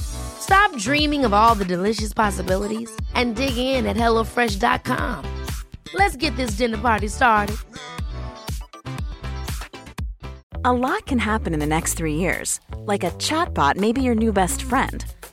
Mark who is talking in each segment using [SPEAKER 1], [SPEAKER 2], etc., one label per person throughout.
[SPEAKER 1] Stop dreaming of all the delicious possibilities and dig in at HelloFresh.com. Let's get this dinner party started.
[SPEAKER 2] A lot can happen in the next three years. Like a chatbot may be your new best friend.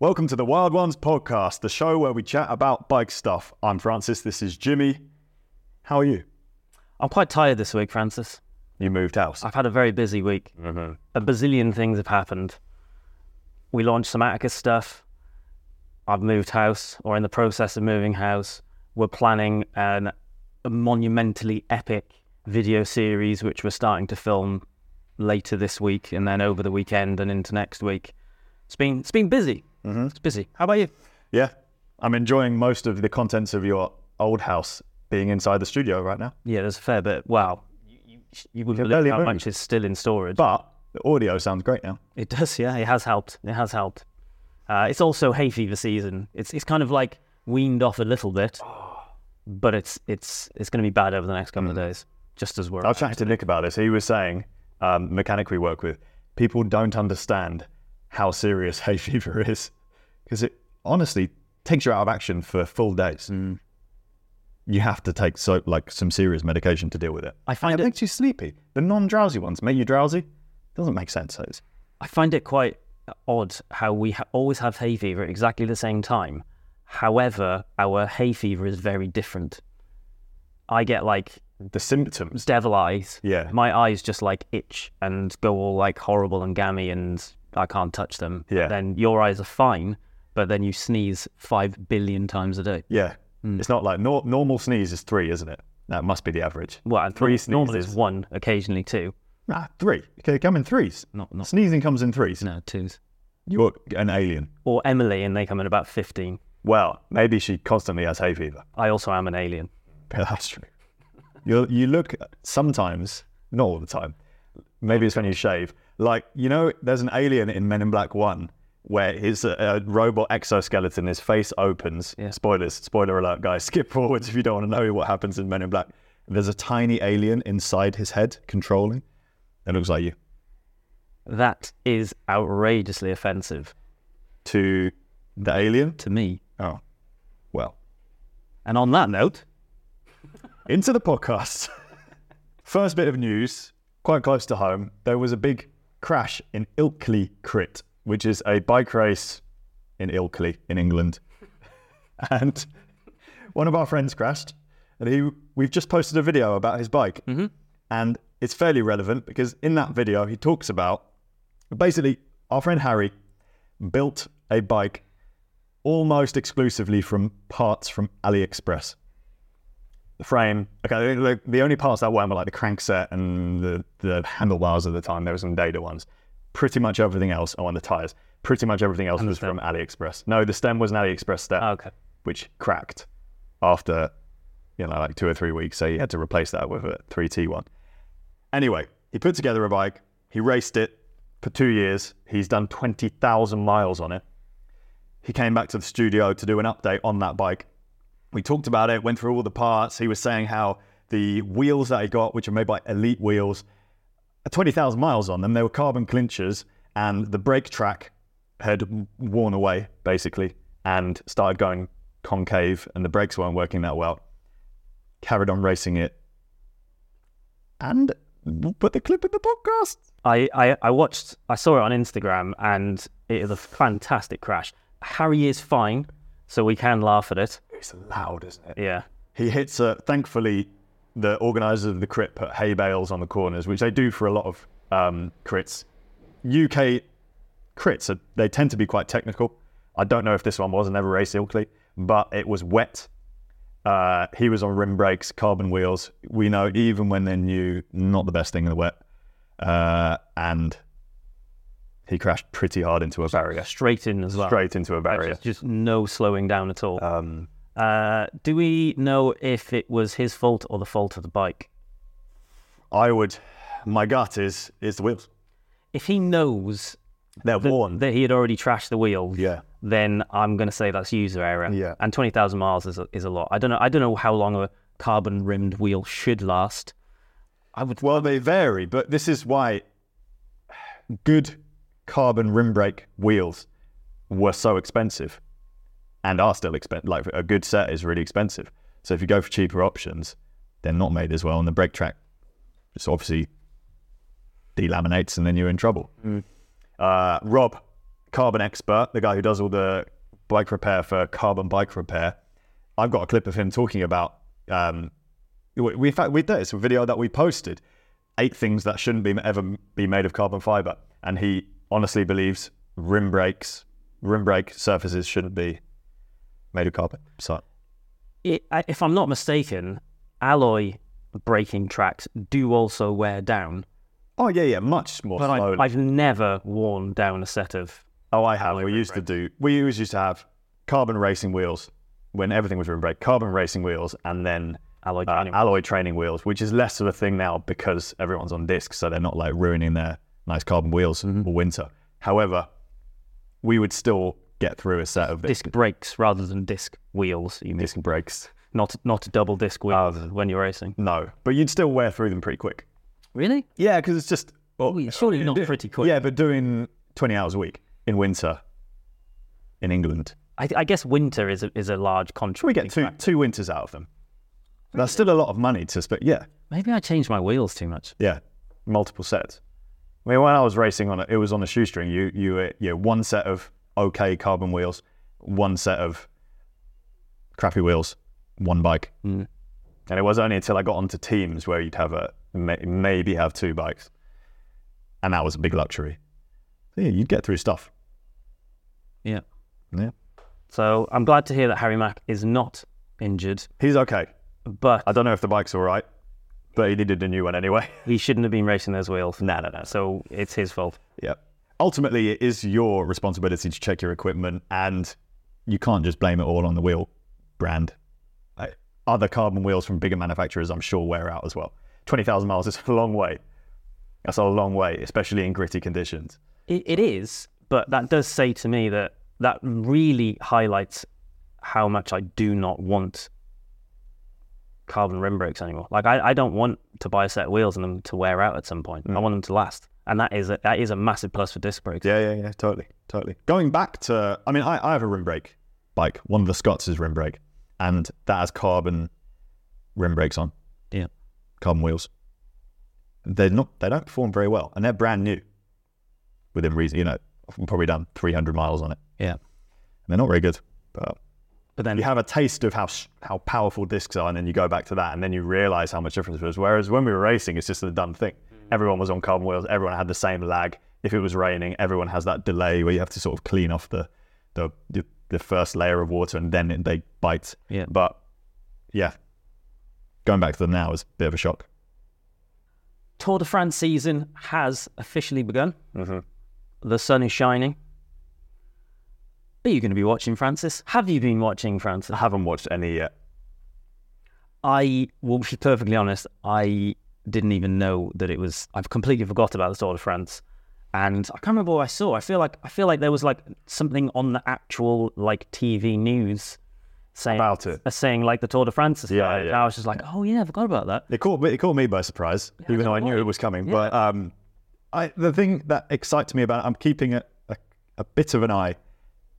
[SPEAKER 3] Welcome to the Wild Ones podcast, the show where we chat about bike stuff. I'm Francis, this is Jimmy. How are you?
[SPEAKER 4] I'm quite tired this week, Francis.
[SPEAKER 3] You moved house.
[SPEAKER 4] I've had a very busy week.
[SPEAKER 3] Mm-hmm.
[SPEAKER 4] A bazillion things have happened. We launched some Atticus stuff. I've moved house, or in the process of moving house. We're planning an, a monumentally epic video series, which we're starting to film later this week, and then over the weekend and into next week. It's been it's been busy. Mm-hmm. It's busy. How about you?
[SPEAKER 3] Yeah, I'm enjoying most of the contents of your old house being inside the studio right now,
[SPEAKER 4] Yeah, there's a fair bit. Wow, you, you, you wouldn't
[SPEAKER 3] Can
[SPEAKER 4] believe
[SPEAKER 3] barely
[SPEAKER 4] how
[SPEAKER 3] move.
[SPEAKER 4] much is still in storage.
[SPEAKER 3] but the audio sounds great now.
[SPEAKER 4] It does, yeah. It has helped. It has helped. Uh, it's also hay fever season. It's it's kind of like weaned off a little bit, but it's it's it's going to be bad over the next couple of days. Just as we're
[SPEAKER 3] I was chatting to Nick about this. He was saying, um, mechanic we work with, people don't understand how serious hay fever is because it honestly takes you out of action for full days.
[SPEAKER 4] Hmm.
[SPEAKER 3] You have to take so like some serious medication to deal with it.
[SPEAKER 4] I find
[SPEAKER 3] And it,
[SPEAKER 4] it-
[SPEAKER 3] makes you sleepy. The non-drowsy ones make you drowsy. Doesn't make sense. so It's,
[SPEAKER 4] I find it quite odd how we ha- always have hay fever at exactly the same time. However, our hay fever is very different. I get like
[SPEAKER 3] the symptoms.
[SPEAKER 4] devil eyes.
[SPEAKER 3] Yeah.
[SPEAKER 4] My eyes just like itch and go all like horrible and gammy and I can't touch them.
[SPEAKER 3] Yeah.
[SPEAKER 4] Then your eyes are fine, but then you sneeze five billion times a day.
[SPEAKER 3] Yeah,
[SPEAKER 4] Hmm.
[SPEAKER 3] it's not like nor- normal sneeze is three, isn't it? That must be the average.
[SPEAKER 4] Well, and
[SPEAKER 3] three
[SPEAKER 4] norm- normally it's
[SPEAKER 3] sneezes.
[SPEAKER 4] one, occasionally two.
[SPEAKER 3] Nah, three. Okay, come in threes.
[SPEAKER 4] Not- not-
[SPEAKER 3] sneezing comes in threes.
[SPEAKER 4] No, twos.
[SPEAKER 3] You're an alien.
[SPEAKER 4] Or Emily, and they come in about 15.
[SPEAKER 3] Well, maybe she constantly has hay fever.
[SPEAKER 4] I also am an alien.
[SPEAKER 3] Yeah, that's true. You you look sometimes, not all the time. Maybe it's when you shave. Like you know, there's an alien in Men in Black One where his uh, robot exoskeleton, his face opens.
[SPEAKER 4] Yeah.
[SPEAKER 3] Spoilers, spoiler alert, guys. Skip forwards if you don't want to know what happens in Men in Black. There's a tiny alien inside his head controlling. It looks like you.
[SPEAKER 4] That is outrageously offensive
[SPEAKER 3] To the alien.
[SPEAKER 4] to me.
[SPEAKER 3] Oh, well.
[SPEAKER 4] And on that note,
[SPEAKER 3] into the podcast. First bit of news, quite close to home, there was a big crash in Ilkley Crit, which is a bike race in Ilkley in England. and one of our friends crashed, and he we've just posted a video about his bike. And it's fairly relevant because in that video he talks about basically our friend Harry built a bike almost exclusively from parts from AliExpress the frame. Okay, the, the only parts that weren't were like the crankset and the, the handlebars at the time. There were some data ones. Pretty much everything else. Oh, and the tires. Pretty much everything else was from AliExpress. No, the stem was an AliExpress stem,
[SPEAKER 4] Ah, okay.
[SPEAKER 3] which cracked after you know like two or three weeks. So he had to replace that with a 3T one. Anyway, he put together a bike. He raced it for two years. He's done twenty thousand miles on it. He came back to the studio to do an update on that bike we talked about it, went through all the parts. He was saying how the wheels that he got, which are made by Elite Wheels, are 20,000 miles on them. They were carbon clinchers and the brake track had worn away basically and started going concave, and the brakes weren't working that well. Carried on racing it, and we'll put the clip in the podcast.
[SPEAKER 4] I, I, I watched, I saw it on Instagram, and it is a fantastic crash. Harry is fine, so we can laugh at it.
[SPEAKER 3] It's loud, isn't it?
[SPEAKER 4] Yeah.
[SPEAKER 3] He hits a. Thankfully, the organisers of the crit put hay bales on the corners, which they do for a lot of um, crits. UK crits are, they tend to be quite technical. I don't know if this one was. I never raced Ilkley, but it was wet. Uh, he was on rim brakes, carbon wheels. We know even when they're new, not the best thing in the wet. Uh, and he crashed pretty hard into a barrier,
[SPEAKER 4] Straight in as well.
[SPEAKER 3] straight into a barrier.
[SPEAKER 4] There's just no slowing down at all.
[SPEAKER 3] Um,
[SPEAKER 4] Uh, do we know if it was his fault or the fault of the bike?
[SPEAKER 3] I would. My gut is is the wheels.
[SPEAKER 4] If he knows
[SPEAKER 3] They're
[SPEAKER 4] that,
[SPEAKER 3] worn.
[SPEAKER 4] that he had already trashed the wheels,
[SPEAKER 3] Yeah.
[SPEAKER 4] then I'm going to say that's user error.
[SPEAKER 3] Yeah.
[SPEAKER 4] And 20,000 miles is a, is a lot. I don't know. I don't know how long a carbon rimmed wheel should last. I would.
[SPEAKER 3] Well, they vary, but this is why good carbon rim brake wheels were so expensive and are still expensive. Like a good set is really expensive. So if you go for cheaper options, they're not made as well, and the brake track just obviously delaminates, and then you're in trouble.
[SPEAKER 4] Mm.
[SPEAKER 3] Uh, Rob, carbon expert, the guy who does all the bike repair for Carbon Bike Repair, I've got a clip of him talking about um, we, we in fact we did it's a video that we posted eight things that shouldn't be ever be made of carbon fiber and he honestly believes rim brakes rim brake surfaces shouldn't be made of carbon so
[SPEAKER 4] it, I- if I'm not mistaken, alloy braking tracks do also wear down.
[SPEAKER 3] oh yeah yeah much more
[SPEAKER 4] But
[SPEAKER 3] slowly
[SPEAKER 4] I, I've never worn down a set of.
[SPEAKER 3] oh i have we used to do we always used to have carbon racing wheels when everything was rim brake carbon racing wheels and then
[SPEAKER 4] Alloy
[SPEAKER 3] uh,
[SPEAKER 4] training
[SPEAKER 3] alloy training wheels which is less of a thing now because everyone's on discs so they're not like ruining their nice carbon wheels
[SPEAKER 4] Mm-hmm.
[SPEAKER 3] all winter however we would still get through a set of
[SPEAKER 4] Disc brakes rather than disc wheels. You mean
[SPEAKER 3] disc brakes.
[SPEAKER 4] not not double disc wheels when you're racing?
[SPEAKER 3] No, but you'd still wear through them pretty quick.
[SPEAKER 4] Really?
[SPEAKER 3] Yeah, because it's just well,
[SPEAKER 4] Oh, Surely not pretty quick.
[SPEAKER 3] Yeah, but doing twenty hours a week in winter in England,
[SPEAKER 4] I, I guess winter is a, is a large
[SPEAKER 3] we
[SPEAKER 4] contract.
[SPEAKER 3] get two two winters out of them. That's still a lot of money to spend. Yeah,
[SPEAKER 4] Maybe I changed my wheels too much.
[SPEAKER 3] yeah, multiple sets. I mean, when I was racing on it, it was on a shoestring. You you uh, yeah, one set of okay carbon wheels, one set of crappy wheels, one bike, and it was only until I got onto teams where you'd have a may, maybe have two bikes, and that was a big luxury. So, yeah, you'd get through stuff.
[SPEAKER 4] Yeah.
[SPEAKER 3] Yeah,
[SPEAKER 4] So I'm glad to hear that Harry Mack is not injured,
[SPEAKER 3] he's okay.
[SPEAKER 4] but
[SPEAKER 3] I don't know if the bike's all right, but he needed a new one anyway.
[SPEAKER 4] he shouldn't have been racing those wheels.
[SPEAKER 3] No, no, no.
[SPEAKER 4] So it's his fault.
[SPEAKER 3] Yeah. Ultimately, it is your responsibility to check your equipment, and you can't just blame it all on the wheel brand. Uh, Other carbon wheels from bigger manufacturers, I'm sure, wear out as well. 20,000 miles is a long way. That's a long way, especially in gritty conditions.
[SPEAKER 4] It, it is, but that does say to me that that really highlights how much I do not want carbon rim brakes anymore. Like I, I don't want to buy a set of wheels and them to wear out at some point. I want them to last, and that is a, that is a massive plus for disc brakes.
[SPEAKER 3] Yeah, yeah, yeah, totally, totally. Going back to, I mean, I, I have a rim brake bike. One of the Scots is rim brake, and that has carbon rim brakes on,
[SPEAKER 4] Yeah.
[SPEAKER 3] carbon wheels. They're not, they don't perform very well, and they're brand new. Within reason, you know, I've probably done 300 miles on it,
[SPEAKER 4] yeah.
[SPEAKER 3] and they're not very good. But
[SPEAKER 4] But then
[SPEAKER 3] you have a taste of how s- how powerful discs are, and then you go back to that, and then you realize how much difference it was. Whereas when we were racing, it's just a done thing. Everyone was on carbon wheels. Everyone had the same lag. If it was raining, everyone has that delay where you have to sort of clean off the the the, the first layer of water, and then it, they bite.
[SPEAKER 4] Yeah.
[SPEAKER 3] But yeah, going back to them now is a bit of a shock.
[SPEAKER 4] Tour de France season has officially begun.
[SPEAKER 3] Mm-hmm.
[SPEAKER 4] The sun is shining. Are you going to be watching Francis? Have you been watching Francis?
[SPEAKER 3] I haven't watched any yet.
[SPEAKER 4] I will be perfectly honest. I didn't even know that it was. I've completely forgot about the Tour de France, and I can't remember what I saw. I feel like I feel like there was like something on the actual like TV news saying
[SPEAKER 3] About it.
[SPEAKER 4] uh, saying like the Tour de France. Is
[SPEAKER 3] Yeah,
[SPEAKER 4] started.
[SPEAKER 3] yeah.
[SPEAKER 4] I was just like, oh yeah, I forgot about that.
[SPEAKER 3] It caught me, it caught me by surprise, even though I knew it was coming. But um, I, the thing that excites me about it, I'm keeping a, a, a bit of an eye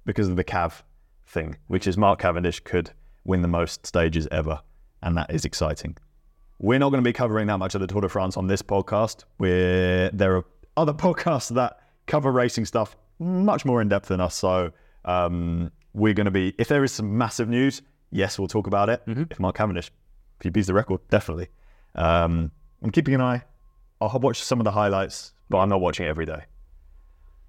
[SPEAKER 3] because of the Cav thing, which is Mark Cavendish could win the most stages ever. And that is exciting. We're not going to be covering that much of the Tour de France on this podcast. We're, there are other podcasts that cover racing stuff much more in depth than us. So um, we're going to be, if there is some massive news, yes, we'll talk about it. If Mark Cavendish, if he beats the record, definitely. Um, I'm keeping an eye. I'll watch some of the highlights, but I'm not watching it every day.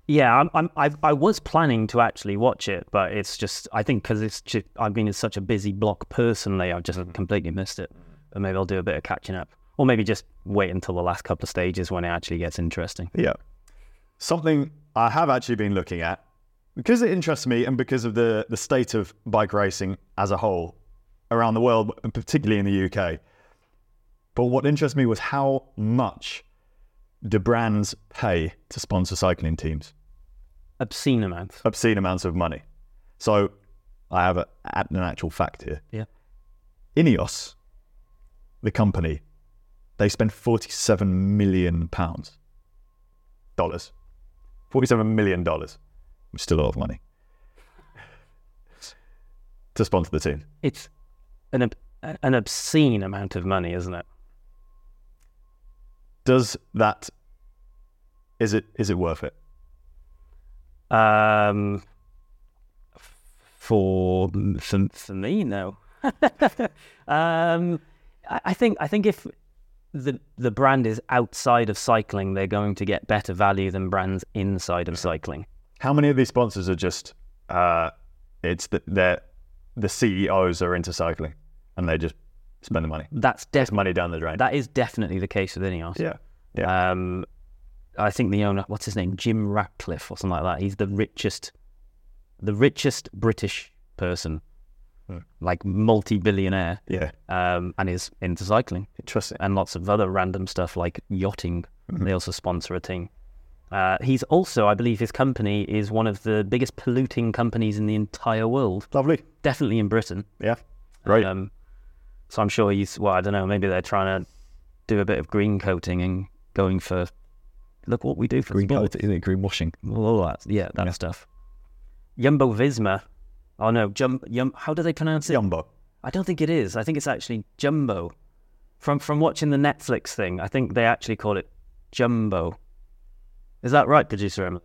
[SPEAKER 4] Yeah, I'm, I'm, I, I was planning to actually watch it, but it's just, I think because it's just, I've been in such a busy block personally, I've just completely missed it. But maybe I'll do a bit of catching up. Or maybe just wait until the last couple of stages when it actually gets interesting.
[SPEAKER 3] Yeah. Something I have actually been looking at because it interests me and because of the, the state of bike racing as a whole around the world, and particularly in the UK. But what interests me was how much do brands pay to sponsor cycling teams?
[SPEAKER 4] Obscene amount.
[SPEAKER 3] Obscene amounts of money. So I have a, an actual fact here.
[SPEAKER 4] Yeah.
[SPEAKER 3] Ineos, the company, they spend forty-seven million pounds, dollars, forty-seven million dollars, which is still a lot of money, to sponsor the team.
[SPEAKER 4] It's an, ob- an obscene amount of money, isn't it?
[SPEAKER 3] Does that? Is it is it worth it?
[SPEAKER 4] Um, f- for for, for me, no. um, I, I think I think if the the brand is outside of cycling, they're going to get better value than brands inside of cycling.
[SPEAKER 3] How many of these sponsors are just? Uh, it's that they're the CEOs are into cycling, and they just spend the money.
[SPEAKER 4] That's def-
[SPEAKER 3] Money down the drain. Uh,
[SPEAKER 4] that is definitely the case with Ineos.
[SPEAKER 3] yeah, yeah.
[SPEAKER 4] Um, I think the owner, what's his name, Jim Ratcliffe or something like that. He's the richest, the richest British person,
[SPEAKER 3] Hmm.
[SPEAKER 4] like multi-billionaire,
[SPEAKER 3] Yeah,
[SPEAKER 4] um, and is into cycling
[SPEAKER 3] interesting.
[SPEAKER 4] and lots of other random stuff like yachting.
[SPEAKER 3] Mm-hmm.
[SPEAKER 4] They also sponsor a team. Uh, he's also, I believe, his company is one of the biggest polluting companies in the entire world.
[SPEAKER 3] Lovely.
[SPEAKER 4] Definitely in Britain.
[SPEAKER 3] Yeah, great.
[SPEAKER 4] Um, so I'm sure he's. Well, I don't know. Maybe they're trying to do a bit of green coating and going for look what we do for
[SPEAKER 3] green
[SPEAKER 4] sport.
[SPEAKER 3] coat, isn't it? Green washing.
[SPEAKER 4] Well, all that. Yeah, that
[SPEAKER 3] Yeah.
[SPEAKER 4] stuff. Jumbo Visma. Oh no, Jum, Jum, How do they pronounce it?
[SPEAKER 3] Jumbo.
[SPEAKER 4] I don't think it is. I think it's actually Jumbo. From from watching the Netflix thing, I think they actually call it Jumbo. Is that right, producer Emily?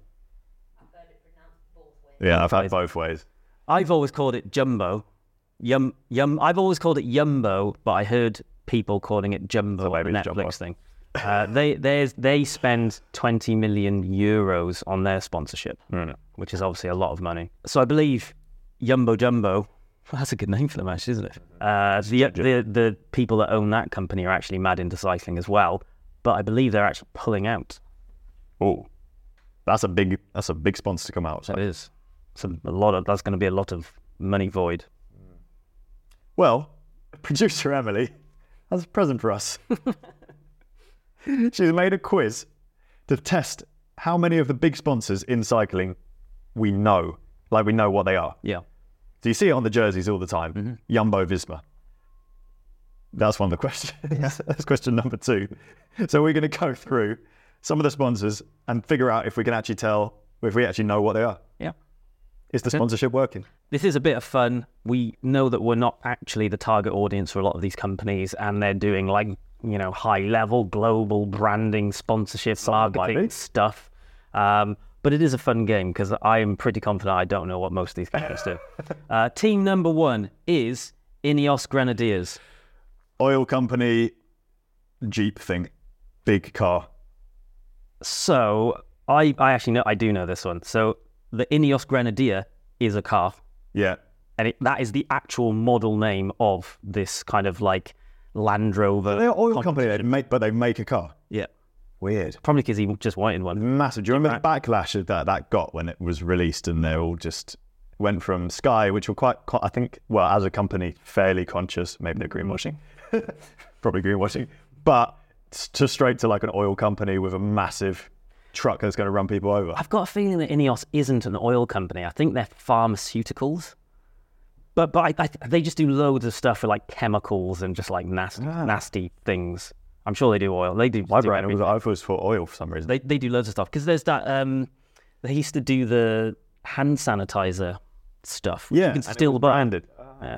[SPEAKER 3] Yeah, I've had both ways.
[SPEAKER 4] I've always called it Jumbo. Yum yum. I've always called it Yumbo, but I heard people calling it Jumbo on the
[SPEAKER 3] maybe
[SPEAKER 4] Netflix
[SPEAKER 3] it's Jumbo.
[SPEAKER 4] thing. Uh, they there's they spend 20 million euros on their sponsorship, which is obviously a lot of money. So I believe Yumbo Jumbo. That's a good name for them, actually, isn't it? Uh, the, the the people that own that company are actually mad into cycling as well, but I believe they're actually pulling out.
[SPEAKER 3] Oh, that's a big. That's a big sponsor to come out.
[SPEAKER 4] That is, so a lot of that's going to be a lot of money void.
[SPEAKER 3] Well, producer Emily has a present for us. She's made a quiz to test how many of the big sponsors in cycling we know, like we know what they are.
[SPEAKER 4] Yeah.
[SPEAKER 3] So you see it on the jerseys all the time. Jumbo Visma. That's one of the questions. That's question number two. So we're going to go through some of the sponsors and figure out if we can actually tell, if we actually know what they are.
[SPEAKER 4] Yeah.
[SPEAKER 3] Is the sponsorship working?
[SPEAKER 4] this is a bit of fun. We know that we're not actually the target audience for a lot of these companies, and they're doing like you know high level global branding, sponsorship, marketing
[SPEAKER 3] be.
[SPEAKER 4] stuff. Um, but it is a fun game because I am pretty confident I don't know what most of these companies do. Uh, team number one is Ineos Grenadiers.
[SPEAKER 3] Oil company, Jeep thing, big car.
[SPEAKER 4] So I, I actually know I do know this one. So the Ineos Grenadier is a car.
[SPEAKER 3] Yeah.
[SPEAKER 4] And it, that is the actual model name of this kind of like Land Rover.
[SPEAKER 3] They're an oil company, they make, but they make a car.
[SPEAKER 4] Yeah.
[SPEAKER 3] Weird.
[SPEAKER 4] Probably because he just wanted one.
[SPEAKER 3] Massive. Do you remember the backlash that that got when it was released and they all just went from Sky, which were quite, co- I think, well, as a company, fairly conscious, maybe they're
[SPEAKER 4] Mm-hmm.
[SPEAKER 3] greenwashing, probably greenwashing, but s- to straight to like an oil company with a massive truck that's going to run people over.
[SPEAKER 4] I've got a feeling that Ineos isn't an oil company. I think they're pharmaceuticals.
[SPEAKER 3] Ah.
[SPEAKER 4] But but I, I, they just do loads of stuff for like chemicals and just like nasty nasty things. I'm sure they do oil. They do.
[SPEAKER 3] My
[SPEAKER 4] do
[SPEAKER 3] brain was
[SPEAKER 4] everything.
[SPEAKER 3] I was for oil for some reason.
[SPEAKER 4] They they do loads of stuff because there's that. Um, they used to do the hand sanitizer stuff. which
[SPEAKER 3] Yeah,
[SPEAKER 4] you can
[SPEAKER 3] and it
[SPEAKER 4] still
[SPEAKER 3] was
[SPEAKER 4] buy.
[SPEAKER 3] branded.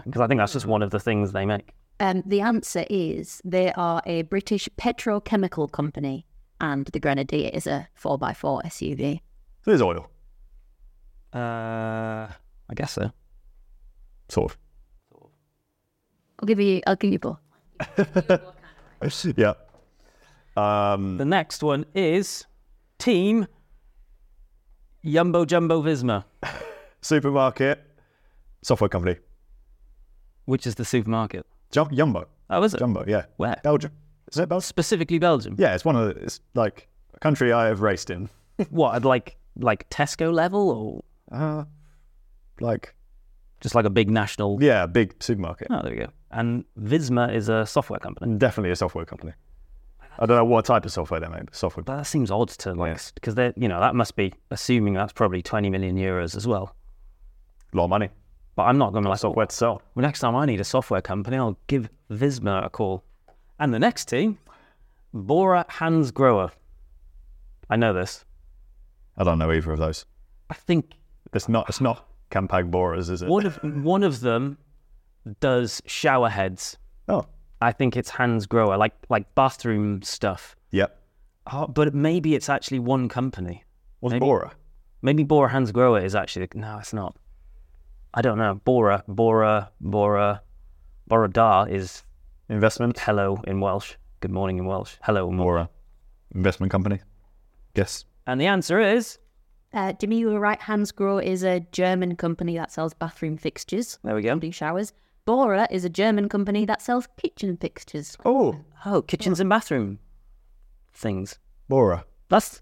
[SPEAKER 4] because I think that's just one of the things they make.
[SPEAKER 5] Um, the answer is they are a British petrochemical company, and the Grenadier is a 4x4 SUV.
[SPEAKER 3] so there's oil,
[SPEAKER 4] Uh, I guess so.
[SPEAKER 3] sort
[SPEAKER 5] I'll give you. I'll give you both.
[SPEAKER 3] of. yeah. Um,
[SPEAKER 4] The next one is Team Yumbo Jumbo Visma,
[SPEAKER 3] supermarket, software company.
[SPEAKER 4] which is the supermarket.
[SPEAKER 3] Jump, Jumbo.
[SPEAKER 4] Oh, is it?
[SPEAKER 3] Jumbo, yeah.
[SPEAKER 4] Where?
[SPEAKER 3] Belgium. Is it Belgium?
[SPEAKER 4] Specifically Belgium.
[SPEAKER 3] Yeah, it's one of the, it's like a country I have raced in.
[SPEAKER 4] What, at like like Tesco level or
[SPEAKER 3] Uh, like,
[SPEAKER 4] just like a big national?
[SPEAKER 3] yeah, big supermarket.
[SPEAKER 4] Oh, there we go. And Visma is a software company.
[SPEAKER 3] Definitely a software company. I don't know what type of software they make, but software.
[SPEAKER 4] But that seems odd to like
[SPEAKER 3] Yeah.
[SPEAKER 4] because they're you know that must be assuming that's probably 20 million euros as well.
[SPEAKER 3] A lot of money.
[SPEAKER 4] But I'm not going to like
[SPEAKER 3] Software to sell.
[SPEAKER 4] Well, next time I need a software company, I'll give Visma a call. And the next team, Bora Hans Grower. I know this.
[SPEAKER 3] I don't know either of those.
[SPEAKER 4] I think
[SPEAKER 3] It's not, it's not Campag Boras, is it?
[SPEAKER 4] one of one of them does shower heads.
[SPEAKER 3] Oh,
[SPEAKER 4] I think it's Hans Grower, like like bathroom stuff.
[SPEAKER 3] yep.
[SPEAKER 4] Oh, but maybe it's actually one company.
[SPEAKER 3] What's
[SPEAKER 4] Maybe-
[SPEAKER 3] Bora?
[SPEAKER 4] Maybe Bora Hans Grower is actually no, it's not. I don't know. Bora Bora Bora Bora Da is
[SPEAKER 3] Investment?
[SPEAKER 4] hello in Welsh. Good morning in Welsh. Hello in Welsh.
[SPEAKER 3] Bora. Investment company? Yes.
[SPEAKER 4] And the answer is
[SPEAKER 5] Uh, Jimmy, you were right. Hansgrohe is a German company that sells bathroom fixtures,
[SPEAKER 4] there we go.
[SPEAKER 5] including showers. Bora is a German company that sells kitchen fixtures.
[SPEAKER 3] Oh,
[SPEAKER 4] Oh, kitchens and bathroom things.
[SPEAKER 3] Bora.
[SPEAKER 4] That's,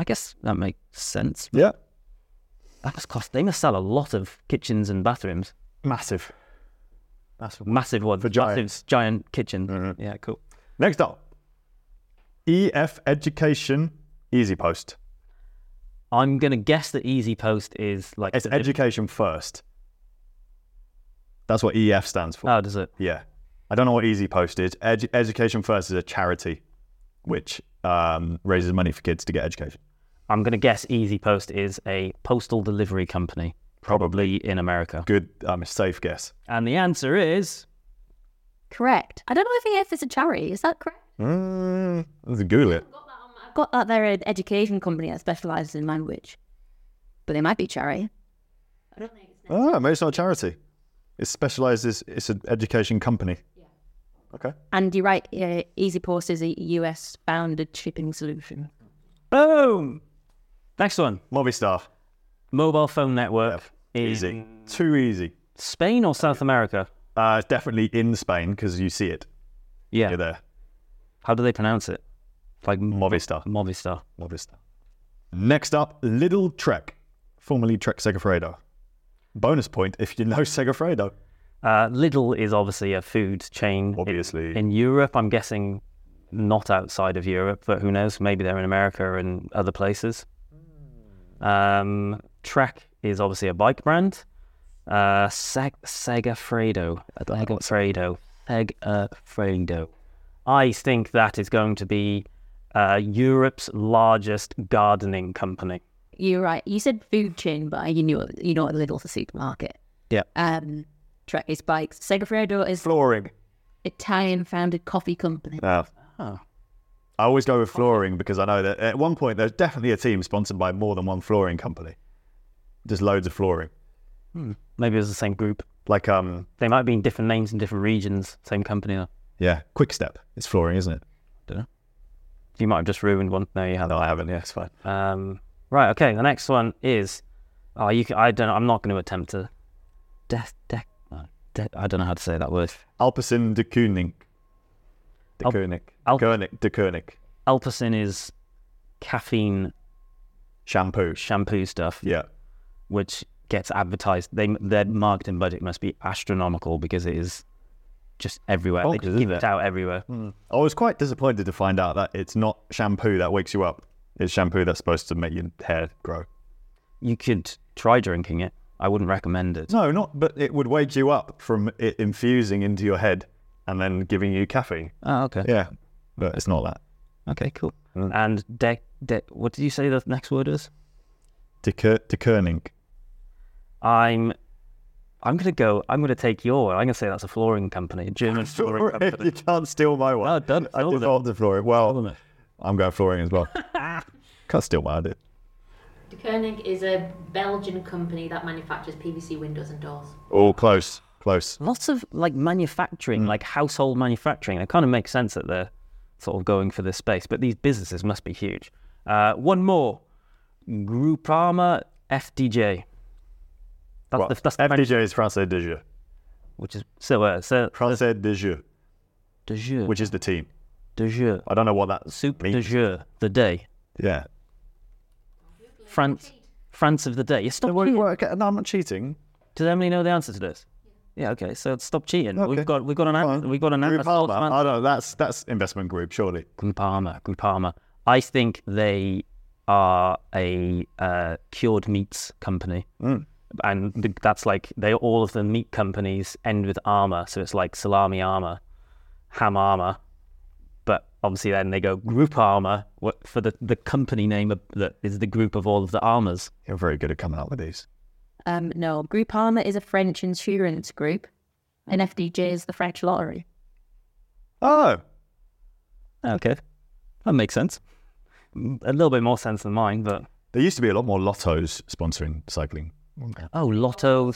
[SPEAKER 4] I guess that makes sense.
[SPEAKER 3] Yeah.
[SPEAKER 4] That must cost. They must sell a lot of kitchens and bathrooms.
[SPEAKER 3] Massive. Massive.
[SPEAKER 4] Massive ones.
[SPEAKER 3] For Uh-huh. giants.
[SPEAKER 4] Massive, giant kitchen. Yeah, cool.
[SPEAKER 3] Next up, EF Education Easy Post.
[SPEAKER 4] I'm gonna guess that Easy Post is like.
[SPEAKER 3] It's education first. That's what EF stands for.
[SPEAKER 4] Oh, does it?
[SPEAKER 3] Yeah. I don't know what Easy Post is. Edu- education First is a charity which um, raises money for kids to get education.
[SPEAKER 4] I'm gonna guess Easy Post is a postal delivery company, probably in America.
[SPEAKER 3] Good, um, safe guess.
[SPEAKER 4] And the answer is
[SPEAKER 5] Correct. I don't know if EF is a charity. Is that correct?
[SPEAKER 3] Mm, let's Google it.
[SPEAKER 5] I've got that they're an education company that specialises in language, but they might be charity.
[SPEAKER 3] Oh, maybe it's not a charity. It specializes, it's an education company. Okay.
[SPEAKER 5] And you're right. Uh, Easy Post is a US bounded shipping solution.
[SPEAKER 4] boom. Next one.
[SPEAKER 3] Movistar.
[SPEAKER 4] Mobile phone network is
[SPEAKER 3] Easy. Too easy.
[SPEAKER 4] Spain or South America?
[SPEAKER 3] Uh, it's definitely in Spain because you see it.
[SPEAKER 4] Yeah.
[SPEAKER 3] You're there.
[SPEAKER 4] How do they pronounce it? Like
[SPEAKER 3] Movistar.
[SPEAKER 4] Movistar.
[SPEAKER 3] Movistar. Next up, Little Trek, formerly Trek Segafredo. Bonus point if you know Segafredo.
[SPEAKER 4] Uh, Lidl is obviously a food chain. in-
[SPEAKER 3] Obviously.
[SPEAKER 4] In, Europe, I'm guessing not outside of Europe, but who knows? Maybe they're in America and other places. Um, Trek is obviously a bike brand. Uh, Seg- Segafredo. Segafredo. Segafredo. I think that is going to be uh, Europe's largest gardening company.
[SPEAKER 5] You're right. You said food chain, but you knew it- you know what Lidl's a supermarket.
[SPEAKER 4] Yeah.
[SPEAKER 5] Um, Trek is bikes. Segafredo is
[SPEAKER 3] Flooring.
[SPEAKER 5] Italian founded coffee company.
[SPEAKER 3] Ah.
[SPEAKER 4] Oh.
[SPEAKER 3] I always go with flooring because I know that at one point there's definitely a team sponsored by more than one flooring company. Just loads of flooring.
[SPEAKER 4] Maybe it was the same group.
[SPEAKER 3] Like, um,
[SPEAKER 4] They might be in different names in different regions. Same company. Though.
[SPEAKER 3] yeah, Quick Step. It's flooring, isn't it?
[SPEAKER 4] You might have just ruined one. No, you haven't.
[SPEAKER 3] I haven't. Yeah, it's fine.
[SPEAKER 4] Um, right. Okay. The next one is. Oh, you. Can, I don't. know. I'm not going to attempt to. Death. Deck. no, de- I don't know how to say that word.
[SPEAKER 3] Alpecin de Koenig. De
[SPEAKER 4] Al-
[SPEAKER 3] Koenig.
[SPEAKER 4] Al-
[SPEAKER 3] Koenig. De Koenig.
[SPEAKER 4] Alpecin is caffeine
[SPEAKER 3] Shampoo.
[SPEAKER 4] shampoo stuff,
[SPEAKER 3] Yeah.
[SPEAKER 4] which gets advertised. They their marketing budget must be astronomical because it is just everywhere.
[SPEAKER 3] Bonkers,
[SPEAKER 4] they just
[SPEAKER 3] isn't
[SPEAKER 4] give
[SPEAKER 3] it? Hmm.
[SPEAKER 4] it out everywhere.
[SPEAKER 3] I was quite disappointed to find out that it's not shampoo that wakes you up. It's shampoo that's supposed to make your hair grow.
[SPEAKER 4] You could try drinking it. I wouldn't recommend it.
[SPEAKER 3] No, not. But it would wake you up from it infusing into your head and then giving you caffeine.
[SPEAKER 4] Oh, okay.
[SPEAKER 3] Yeah, but it's not that.
[SPEAKER 4] Okay, cool.
[SPEAKER 3] Mm.
[SPEAKER 4] And de- de- what did you say the next word is?
[SPEAKER 3] De, Ker- de Kerning.
[SPEAKER 4] I'm I'm gonna go. I'm gonna take your. I'm gonna say that's a flooring company, a German flooring
[SPEAKER 3] you
[SPEAKER 4] company.
[SPEAKER 3] can't steal my one.
[SPEAKER 4] No, don't-
[SPEAKER 3] I
[SPEAKER 4] don't do
[SPEAKER 3] default to flooring. Well,
[SPEAKER 4] Isn't it?
[SPEAKER 3] I'm going flooring as well. can't steal my idea.
[SPEAKER 6] De Koenig is a Belgian company that manufactures PVC windows and doors.
[SPEAKER 3] Oh, close, close.
[SPEAKER 4] Lots of like manufacturing, like household manufacturing. It kind of makes sense that they're sort of going for this space, but these businesses must be huge. Uh, one more, Groupama FDJ. That's
[SPEAKER 3] Well,
[SPEAKER 4] the, that's the French,
[SPEAKER 3] FDJ is Francais de Jeu.
[SPEAKER 4] which is so uh, so
[SPEAKER 3] Francais de Jeu,
[SPEAKER 4] de jour,
[SPEAKER 3] which is the team.
[SPEAKER 4] de jour,
[SPEAKER 3] I don't know what that
[SPEAKER 4] soup
[SPEAKER 3] means.
[SPEAKER 4] de jour, the day,
[SPEAKER 3] Yeah.
[SPEAKER 4] France, France of the day. You stop cheating.
[SPEAKER 3] no, I'm not cheating.
[SPEAKER 4] Does Emily know the answer to this? Yeah. Okay. So stop cheating.
[SPEAKER 3] Okay.
[SPEAKER 4] We've got we've got an answer.
[SPEAKER 3] Fine.
[SPEAKER 4] We've got an
[SPEAKER 3] Group
[SPEAKER 4] answer.
[SPEAKER 3] Palmer. I don't know. That's that's investment group, surely.
[SPEAKER 4] Groupama. Groupama. I think they are a uh, cured meats company,
[SPEAKER 3] Mm.
[SPEAKER 4] and th- that's like they all of the meat companies end with armor. So it's like salami armor, ham armor, but obviously then they go group armor what, for the the company name of, that is the group of all of the armors.
[SPEAKER 3] You're very good at coming up with these.
[SPEAKER 5] Um, no, Groupama is a French insurance group,
[SPEAKER 6] Oh.
[SPEAKER 5] and FDJ is the French lottery.
[SPEAKER 3] Oh,
[SPEAKER 4] Okay, that makes sense. Mm, A little bit more sense than mine, but.
[SPEAKER 3] there used to be a lot more lottos sponsoring cycling.
[SPEAKER 4] Oh, Lotto,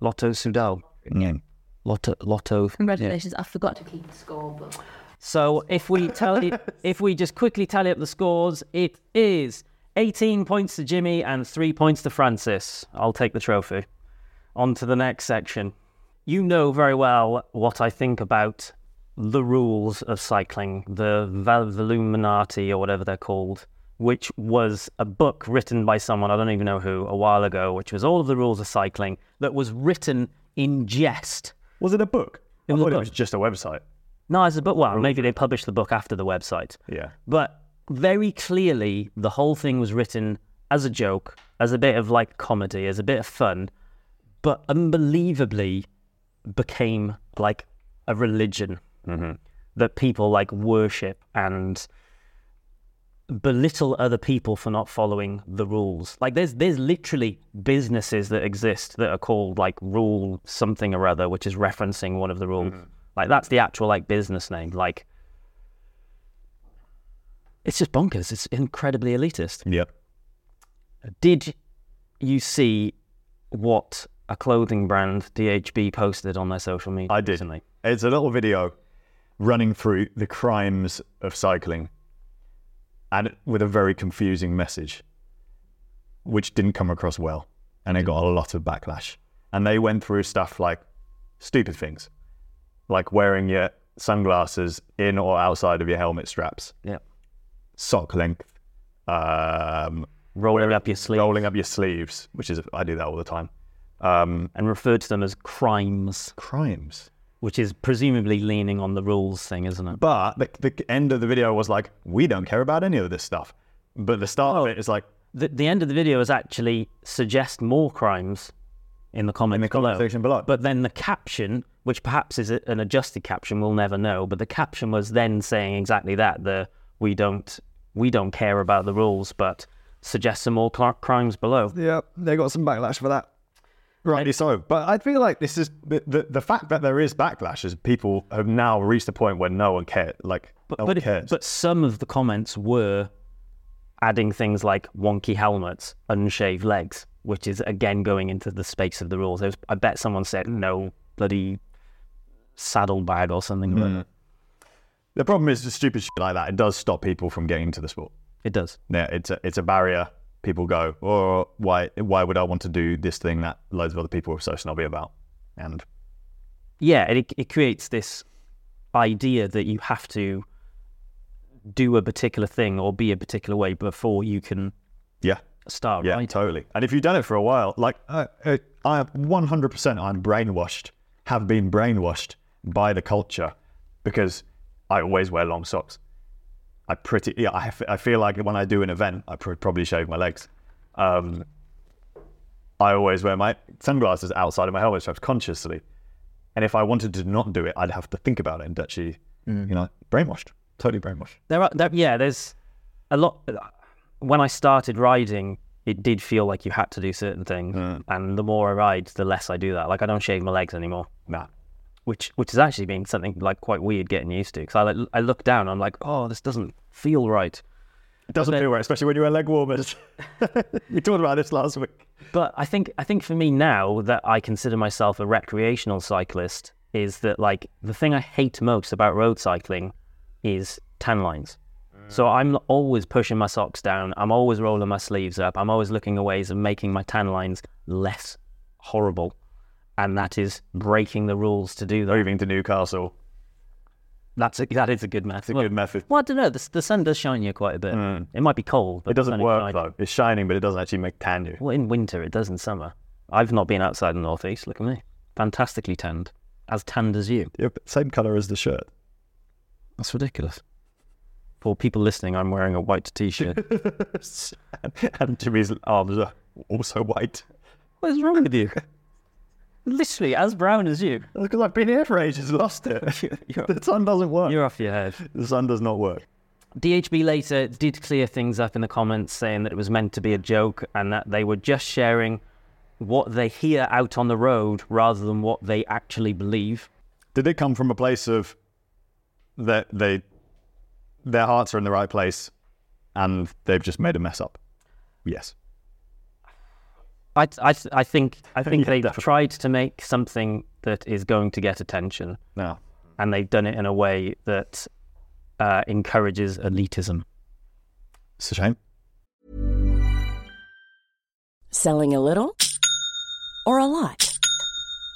[SPEAKER 4] Lotto Sudal,
[SPEAKER 3] Mm.
[SPEAKER 4] Lotto, Lotto.
[SPEAKER 5] Congratulations, I forgot to keep.
[SPEAKER 6] Keep score, but
[SPEAKER 4] So if we tally, if we just quickly tally up the scores, it is 18 points to Jimmy and three points to Francis. I'll take the trophy. On to the next section. You know very well what I think about the rules of cycling, the Val- Voluminati or whatever they're called, which was a book written by someone, I don't even know who, a while ago, which was all of the rules of cycling that was written in jest.
[SPEAKER 3] Was it a book?
[SPEAKER 4] It was
[SPEAKER 3] I
[SPEAKER 4] a
[SPEAKER 3] thought it
[SPEAKER 4] book.
[SPEAKER 3] was just a website.
[SPEAKER 4] No, it's a book. Well, maybe they published the book after the website.
[SPEAKER 3] Yeah.
[SPEAKER 4] But very clearly, the whole thing was written as a joke, as a bit of like comedy, as a bit of fun, but unbelievably became like a religion that people like worship and belittle other people for not following the rules. Like there's there's literally businesses that exist that are called like rule something or other, which is referencing one of the rules.
[SPEAKER 3] Mm-hmm.
[SPEAKER 4] Like that's the actual like business name. Like it's just bonkers. It's incredibly elitist.
[SPEAKER 3] Yep.
[SPEAKER 4] Did you see what a clothing brand DHB posted on their social media?
[SPEAKER 3] I did.
[SPEAKER 4] Recently?
[SPEAKER 3] It's a little video running through the crimes of cycling and with a very confusing message, which didn't come across well. And it got a lot of backlash. And they went through stuff like stupid things, like wearing your sunglasses in or outside of your helmet straps,
[SPEAKER 4] Yeah.
[SPEAKER 3] sock length, um,
[SPEAKER 4] Rolling up your sleeve
[SPEAKER 3] rolling up your sleeves, which is, I do that all the time. Um,
[SPEAKER 4] and referred to them as crimes,
[SPEAKER 3] crimes.
[SPEAKER 4] which is presumably leaning on the rules thing, isn't it?
[SPEAKER 3] But the, the end of the video was like, we don't care about any of this stuff. But the start of it is like,
[SPEAKER 4] the, the end of the video is actually suggest more crimes in the comments
[SPEAKER 3] in the
[SPEAKER 4] below.
[SPEAKER 3] comment section below.
[SPEAKER 4] But then the caption, which perhaps is a- an adjusted caption, we'll never know. But the caption was then saying exactly that: the we don't we don't care about the rules, but suggest some more cl- crimes below.
[SPEAKER 3] yeah, they got some backlash for that. Rightly so. But I feel like this is the, the, the fact that there is backlash is people have now reached a point where no one cares. Like,
[SPEAKER 4] But
[SPEAKER 3] no
[SPEAKER 4] but,
[SPEAKER 3] one
[SPEAKER 4] if-
[SPEAKER 3] cares.
[SPEAKER 4] but some of the comments were adding things like wonky helmets, unshaved legs, which is again going into the space of the rules. There was, I bet someone said no bloody saddlebag or something. like that.
[SPEAKER 3] the problem is the stupid shit like that. It does stop people from getting into the sport.
[SPEAKER 4] It does.
[SPEAKER 3] Yeah, it's a, it's a barrier. People go, oh, why, why would I want to do this thing that loads of other people are so snobby about? And
[SPEAKER 4] yeah, and it, it creates this idea that you have to do a particular thing or be a particular way before you can
[SPEAKER 3] yeah,
[SPEAKER 4] start
[SPEAKER 3] Yeah,
[SPEAKER 4] writing.
[SPEAKER 3] Oh, totally. And if you've done it for a while, like uh, uh, I, 100%, I'm brainwashed, have been brainwashed by the culture because I always wear long socks. I pretty, yeah, I, f- I feel like when I do an event, I pr- probably shave my legs. Um, I always wear my sunglasses outside of my helmet straps consciously. And if I wanted to not do it, I'd have to think about it and actually you know, brainwashed, totally brainwashed.
[SPEAKER 4] There are, there, yeah, there's a lot. When I started riding, it did feel like you had to do certain things, and the more I ride, the less I do that. Like I don't shave my legs anymore,
[SPEAKER 3] Nah.
[SPEAKER 4] which which has actually been something like quite weird getting used to. Because I like, I look down, I'm like, oh, this doesn't feel right.
[SPEAKER 3] It doesn't feel right, especially when you wear leg warmers. we talked about this last week.
[SPEAKER 4] But I think I think for me now that I consider myself a recreational cyclist is that like the thing I hate most about road cycling is tan lines.
[SPEAKER 3] Mm.
[SPEAKER 4] So I'm always pushing my socks down. I'm always rolling my sleeves up. I'm always looking at ways of making my tan lines less horrible, and that is breaking the rules to do that.
[SPEAKER 3] Moving to Newcastle.
[SPEAKER 4] That's a, that is a good method.
[SPEAKER 3] a good method. Mm.
[SPEAKER 4] Well, I don't know. The, the sun does shine you quite a bit. It might be cold, but
[SPEAKER 3] It doesn't
[SPEAKER 4] sunny
[SPEAKER 3] work
[SPEAKER 4] shine.
[SPEAKER 3] though. It's shining, but it doesn't actually make tan you.
[SPEAKER 4] Well, in winter, it does in summer. I've not been outside in the northeast. Look at me. Fantastically tanned. As tanned as you.
[SPEAKER 3] Yeah, but same color as the shirt.
[SPEAKER 4] That's ridiculous. For people listening, I'm wearing a white t shirt.
[SPEAKER 3] and Jimmy's arms are also white.
[SPEAKER 4] what is wrong with you? Literally as brown as you.
[SPEAKER 3] Because I've been here for ages, lost it. the sun doesn't work.
[SPEAKER 4] You're off your head.
[SPEAKER 3] The sun does not work.
[SPEAKER 4] DHB later did clear things up in the comments, saying that it was meant to be a joke and that they were just sharing what they hear out on the road rather than what they actually believe.
[SPEAKER 3] Did it come from a place of that they their hearts are in the right place and they've just made a mess up? Yes.
[SPEAKER 4] I, I, I think I think
[SPEAKER 3] Yeah,
[SPEAKER 4] they've
[SPEAKER 3] definitely.
[SPEAKER 4] tried to make something that is going to get attention,
[SPEAKER 3] No.
[SPEAKER 4] and they've done it in a way that uh, encourages elitism.
[SPEAKER 3] It's a shame.
[SPEAKER 7] Selling a little or a lot?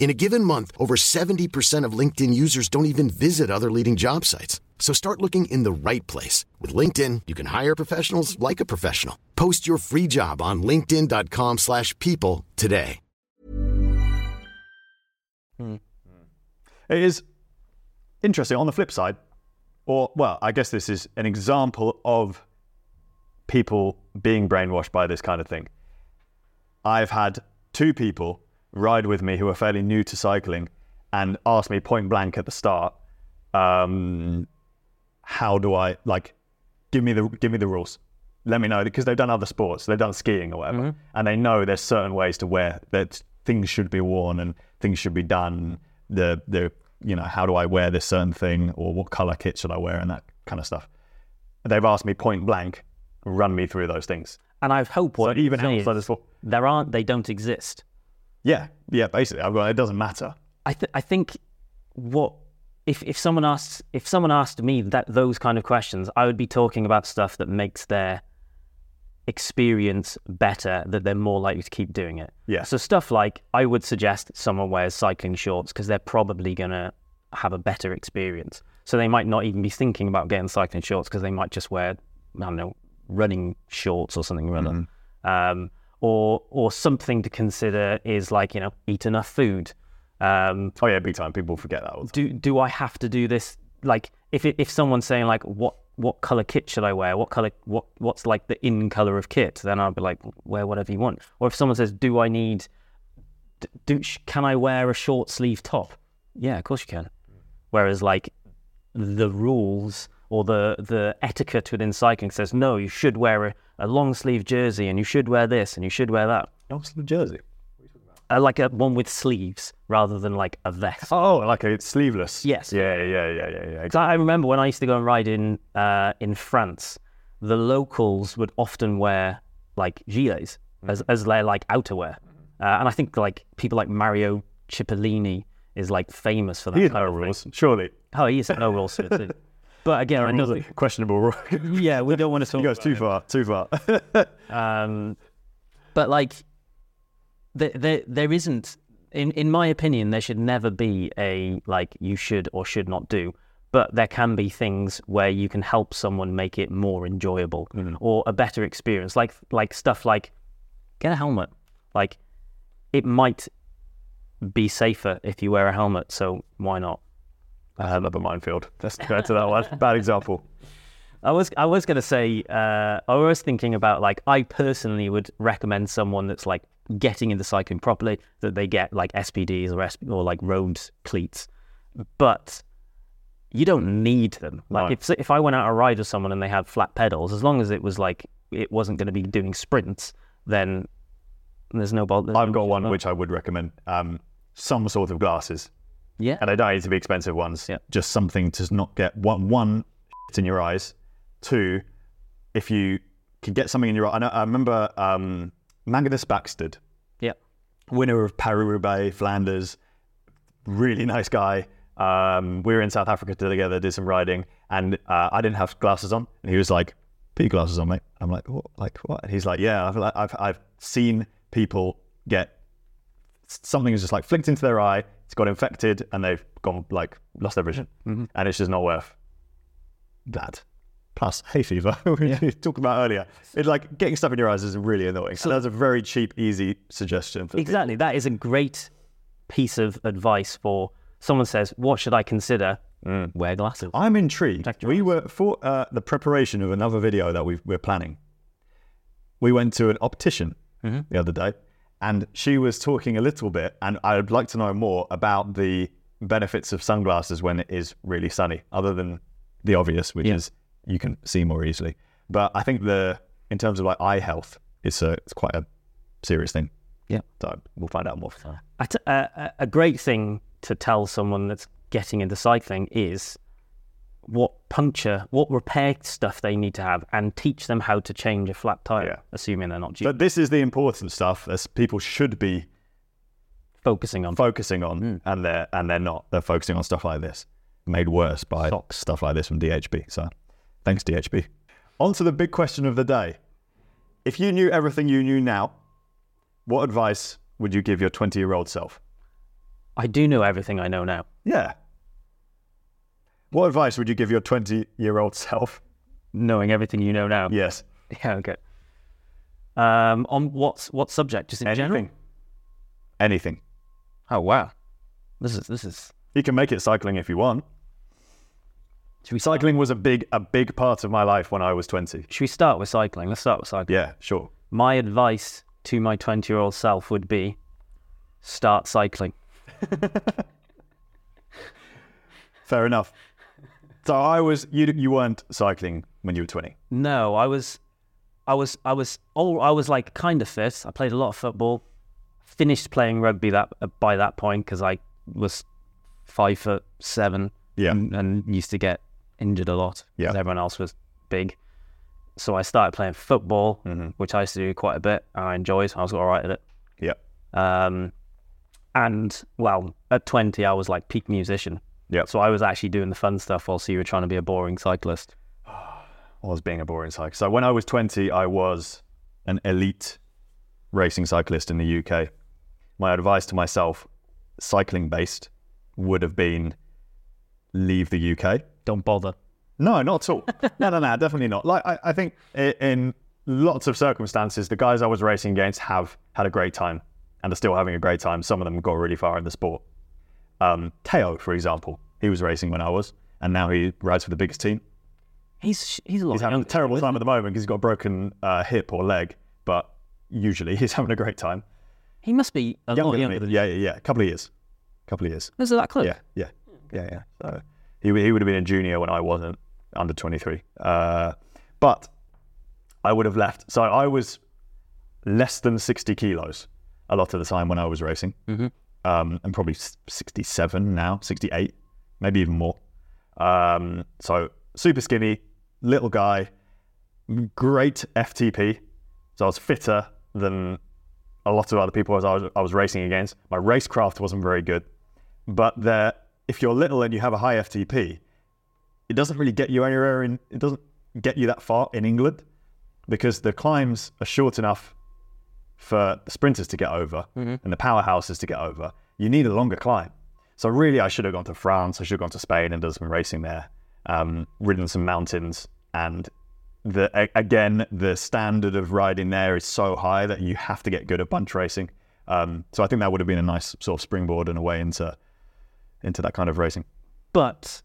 [SPEAKER 8] In a given month, over 70% of LinkedIn users don't even visit other leading job sites. So start looking in the right place. With LinkedIn, you can hire professionals like a professional. Post your free job on linkedin.com/people slash people today.
[SPEAKER 3] It is interesting. On the flip side, or well, I guess this is an example of people being brainwashed by this kind of thing. I've had two people ride with me who are fairly new to cycling and asked me point blank at the start, um, "How do I like? Give me the give me the rules. Let me know because they've done other sports, they've done skiing or whatever,
[SPEAKER 4] Mm-hmm.
[SPEAKER 3] and they know there's certain ways to wear that things should be worn and things should be done. The the you know how do I wear this certain thing or what color kit should I wear and that kind of stuff. They've asked me point blank, run me through those things.
[SPEAKER 4] And I hope
[SPEAKER 3] So
[SPEAKER 4] what
[SPEAKER 3] even
[SPEAKER 4] you're saying
[SPEAKER 3] outside
[SPEAKER 4] is
[SPEAKER 3] of sport-
[SPEAKER 4] there aren't they don't exist.
[SPEAKER 3] Yeah, yeah, basically, I've got, it doesn't matter.
[SPEAKER 4] I th- I think what if if someone asks if someone asked me that those kind of questions, I would be talking about stuff that makes their experience better, that they're more likely to keep doing it.
[SPEAKER 3] Yeah.
[SPEAKER 4] So stuff like I would suggest someone wears cycling shorts because they're probably gonna have a better experience. So they might not even be thinking about getting cycling shorts because they might just wear I don't know running shorts or something rather. Um, or or something to consider is like you know eat enough food. Um,
[SPEAKER 3] Oh yeah, big time. People forget that all the time.
[SPEAKER 4] do do I have to do this? Like, if it, if someone's saying like, what what color kit should I wear? What color what what's like the in color of kit? Then I'll be like, wear whatever you want. Or if someone says, do I need? d- Do sh- can I wear a short sleeve top? Yeah, of course you can. Whereas like the rules or the the etiquette within cycling says no, you should wear a, a long sleeve jersey and you should wear this and you should wear that.
[SPEAKER 3] Oh, it's the jersey.
[SPEAKER 4] Uh, like a one with sleeves rather than like a vest.
[SPEAKER 3] Oh, like a, it's sleeveless.
[SPEAKER 4] Yes.
[SPEAKER 3] Yeah, yeah, yeah, yeah, yeah.
[SPEAKER 4] Because I I remember when I used to go and ride in uh, in France, the locals would often wear like gilets as,
[SPEAKER 3] Mm-hmm.
[SPEAKER 4] as their like outerwear. Uh, and I think like people like Mario Cipollini is like famous for that.
[SPEAKER 3] He had
[SPEAKER 4] kind
[SPEAKER 3] no
[SPEAKER 4] of thing.
[SPEAKER 3] rules, surely.
[SPEAKER 4] Oh, he is no rules. sort of thing. But again, I know
[SPEAKER 3] Another
[SPEAKER 4] that-
[SPEAKER 3] questionable rule.
[SPEAKER 4] yeah, we don't want to talk
[SPEAKER 3] he goes
[SPEAKER 4] about
[SPEAKER 3] too
[SPEAKER 4] him.
[SPEAKER 3] far, too far.
[SPEAKER 4] Um, but like, there, there, there isn't. In, in my opinion, there should never be a like you should or should not do. But there can be things where you can help someone make it more enjoyable or a better experience, like like stuff like get a helmet. Like, it might be safer if you wear a helmet, so why not?
[SPEAKER 3] That's another minefield. Let's go to that one. Bad example.
[SPEAKER 4] I was I was gonna say uh, I was thinking about like I personally would recommend someone that's like getting into cycling properly that they get like SPDs or SP, or like road cleats, but you don't need them. Like
[SPEAKER 3] No.
[SPEAKER 4] if if I went out a ride with someone and they had flat pedals, as long as it was like it wasn't going to be doing sprints, then there's no bother.
[SPEAKER 3] I've got one which I would recommend. Um, some sort of glasses,
[SPEAKER 4] yeah.
[SPEAKER 3] and they don't need to be expensive ones.
[SPEAKER 4] Yeah.
[SPEAKER 3] Just something to not get one one in your eyes. Two, if you can get something in your eye. I, know, I remember um, Magnus Baxter,
[SPEAKER 4] Yeah.
[SPEAKER 3] winner of Paris Roubaix, Flanders, really nice guy. Um, we were in South Africa together, did some riding, and uh, I didn't have glasses on, and he was like, "Put your glasses on, mate." I'm like, "What? Like what?" And he's like, "Yeah, I've I've, I've seen people get something is just like flicked into their eye, it's got infected, and they've gone like lost their vision, and it's just not worth that." Plus, hay fever, we talked about earlier. It's like getting stuff in your eyes is really annoying. So that's a very cheap, easy suggestion. For people.
[SPEAKER 4] Exactly. That is a great piece of advice for someone says, "What should I consider?"
[SPEAKER 3] Mm.
[SPEAKER 4] Wear glasses.
[SPEAKER 3] I'm intrigued.
[SPEAKER 4] Protect your
[SPEAKER 3] We
[SPEAKER 4] eyes.
[SPEAKER 3] were for uh, the preparation of another video that we've, we're planning. We went to an optician
[SPEAKER 4] Mm-hmm.
[SPEAKER 3] the other day, and she was talking a little bit, and I'd like to know more about the benefits of sunglasses when it is really sunny, other than the obvious, which is you can see more easily. But I think the in terms of like eye health, it's a it's quite a serious thing.
[SPEAKER 4] Yeah.
[SPEAKER 3] so we'll find out more.
[SPEAKER 4] I t- a- a- a great thing to tell someone that's getting into cycling is what puncture, what repair stuff they need to have, and teach them how to change a flat tire,
[SPEAKER 3] Yeah.
[SPEAKER 4] assuming they're not ge-
[SPEAKER 3] But this is the important stuff that people should be
[SPEAKER 4] focusing on.
[SPEAKER 3] focusing on,
[SPEAKER 4] Hmm.
[SPEAKER 3] and they're and they're not. They're focusing on stuff like this, made worse by stuff like this from DHB. So, thanks DHB. On to the big question of the day: If you knew everything you knew now, what advice would you give your twenty-year-old self?
[SPEAKER 4] I do know everything I know now.
[SPEAKER 3] Yeah. What advice would you give your twenty-year-old self?
[SPEAKER 4] Knowing everything you know now.
[SPEAKER 3] Yes.
[SPEAKER 4] Yeah, okay. Um, on what what subject? Just in general.
[SPEAKER 3] Anything. Anything.
[SPEAKER 4] Oh wow, this is this is.
[SPEAKER 3] You can make it cycling if you want.
[SPEAKER 4] Should we cycling?
[SPEAKER 3] Cycling was a big a big part of my life when I was twenty.
[SPEAKER 4] Should we start with cycling? Let's start with cycling.
[SPEAKER 3] Yeah, sure.
[SPEAKER 4] my advice to my 20 year old self would be start cycling.
[SPEAKER 3] Fair enough. So I was you. You weren't cycling when you were twenty.
[SPEAKER 4] No, I was, I was, I was, all, I was like kind of fit. I played a lot of football, finished playing rugby that uh, by that point because I was five foot seven
[SPEAKER 3] Yeah.
[SPEAKER 4] and, and used to get injured a lot
[SPEAKER 3] Yeah.
[SPEAKER 4] because everyone else was big. So I started playing football,
[SPEAKER 3] Mm-hmm.
[SPEAKER 4] which I used to do quite a bit. And I enjoyed. I was all right at it.
[SPEAKER 3] Yeah.
[SPEAKER 4] Um, and well, at 20, I was like peak musician.
[SPEAKER 3] Yeah.
[SPEAKER 4] So I was actually doing the fun stuff whilst you were trying to be a boring cyclist.
[SPEAKER 3] I was being a boring cyclist. So when I was twenty, I was an elite racing cyclist in the UK. My advice to myself, cycling based, would have been leave the UK.
[SPEAKER 4] Don't bother.
[SPEAKER 3] No, not at all. no, no, no, definitely not. Like I, I think i- in lots of circumstances, the guys I was racing against have had a great time and are still having a great time. Some of them got really far in the sport. Um, Teo, for example, he was racing when I was, and now he rides for the biggest team.
[SPEAKER 4] He's he's a lot
[SPEAKER 3] He's having a
[SPEAKER 4] younger.
[SPEAKER 3] terrible time at the moment because he's got a broken uh, hip or leg, but usually he's having a great time.
[SPEAKER 4] He must be a lot
[SPEAKER 3] than
[SPEAKER 4] younger
[SPEAKER 3] me.
[SPEAKER 4] than you.
[SPEAKER 3] yeah, yeah, yeah. A couple of years. couple of years.
[SPEAKER 4] Was it that close?
[SPEAKER 3] Yeah, yeah, yeah, yeah. So he w- he would have been a junior when I wasn't under twenty three. Uh, but I would have left. So I was less than sixty kilos a lot of the time when I was racing. Mm-hmm. Um, I'm probably s- sixty seven now, sixty eight, maybe even more. Um, so super skinny, little guy, great FTP. So I was fitter than a lot of other people I was, I was racing against. My racecraft wasn't very good. But there, if you're little and you have a high FTP, it doesn't really get you anywhere in, it doesn't get you that far in England because the climbs are short enough for the sprinters to get over and the powerhouses to get over. You need a longer climb. So really, I should have gone to France. I should have gone to Spain and done some racing there, um, ridden some mountains. And the a- again, the standard of riding there is so high that you have to get good at bunch racing. Um, so I think that would have been a nice sort of springboard and a way into into that kind of racing.
[SPEAKER 4] But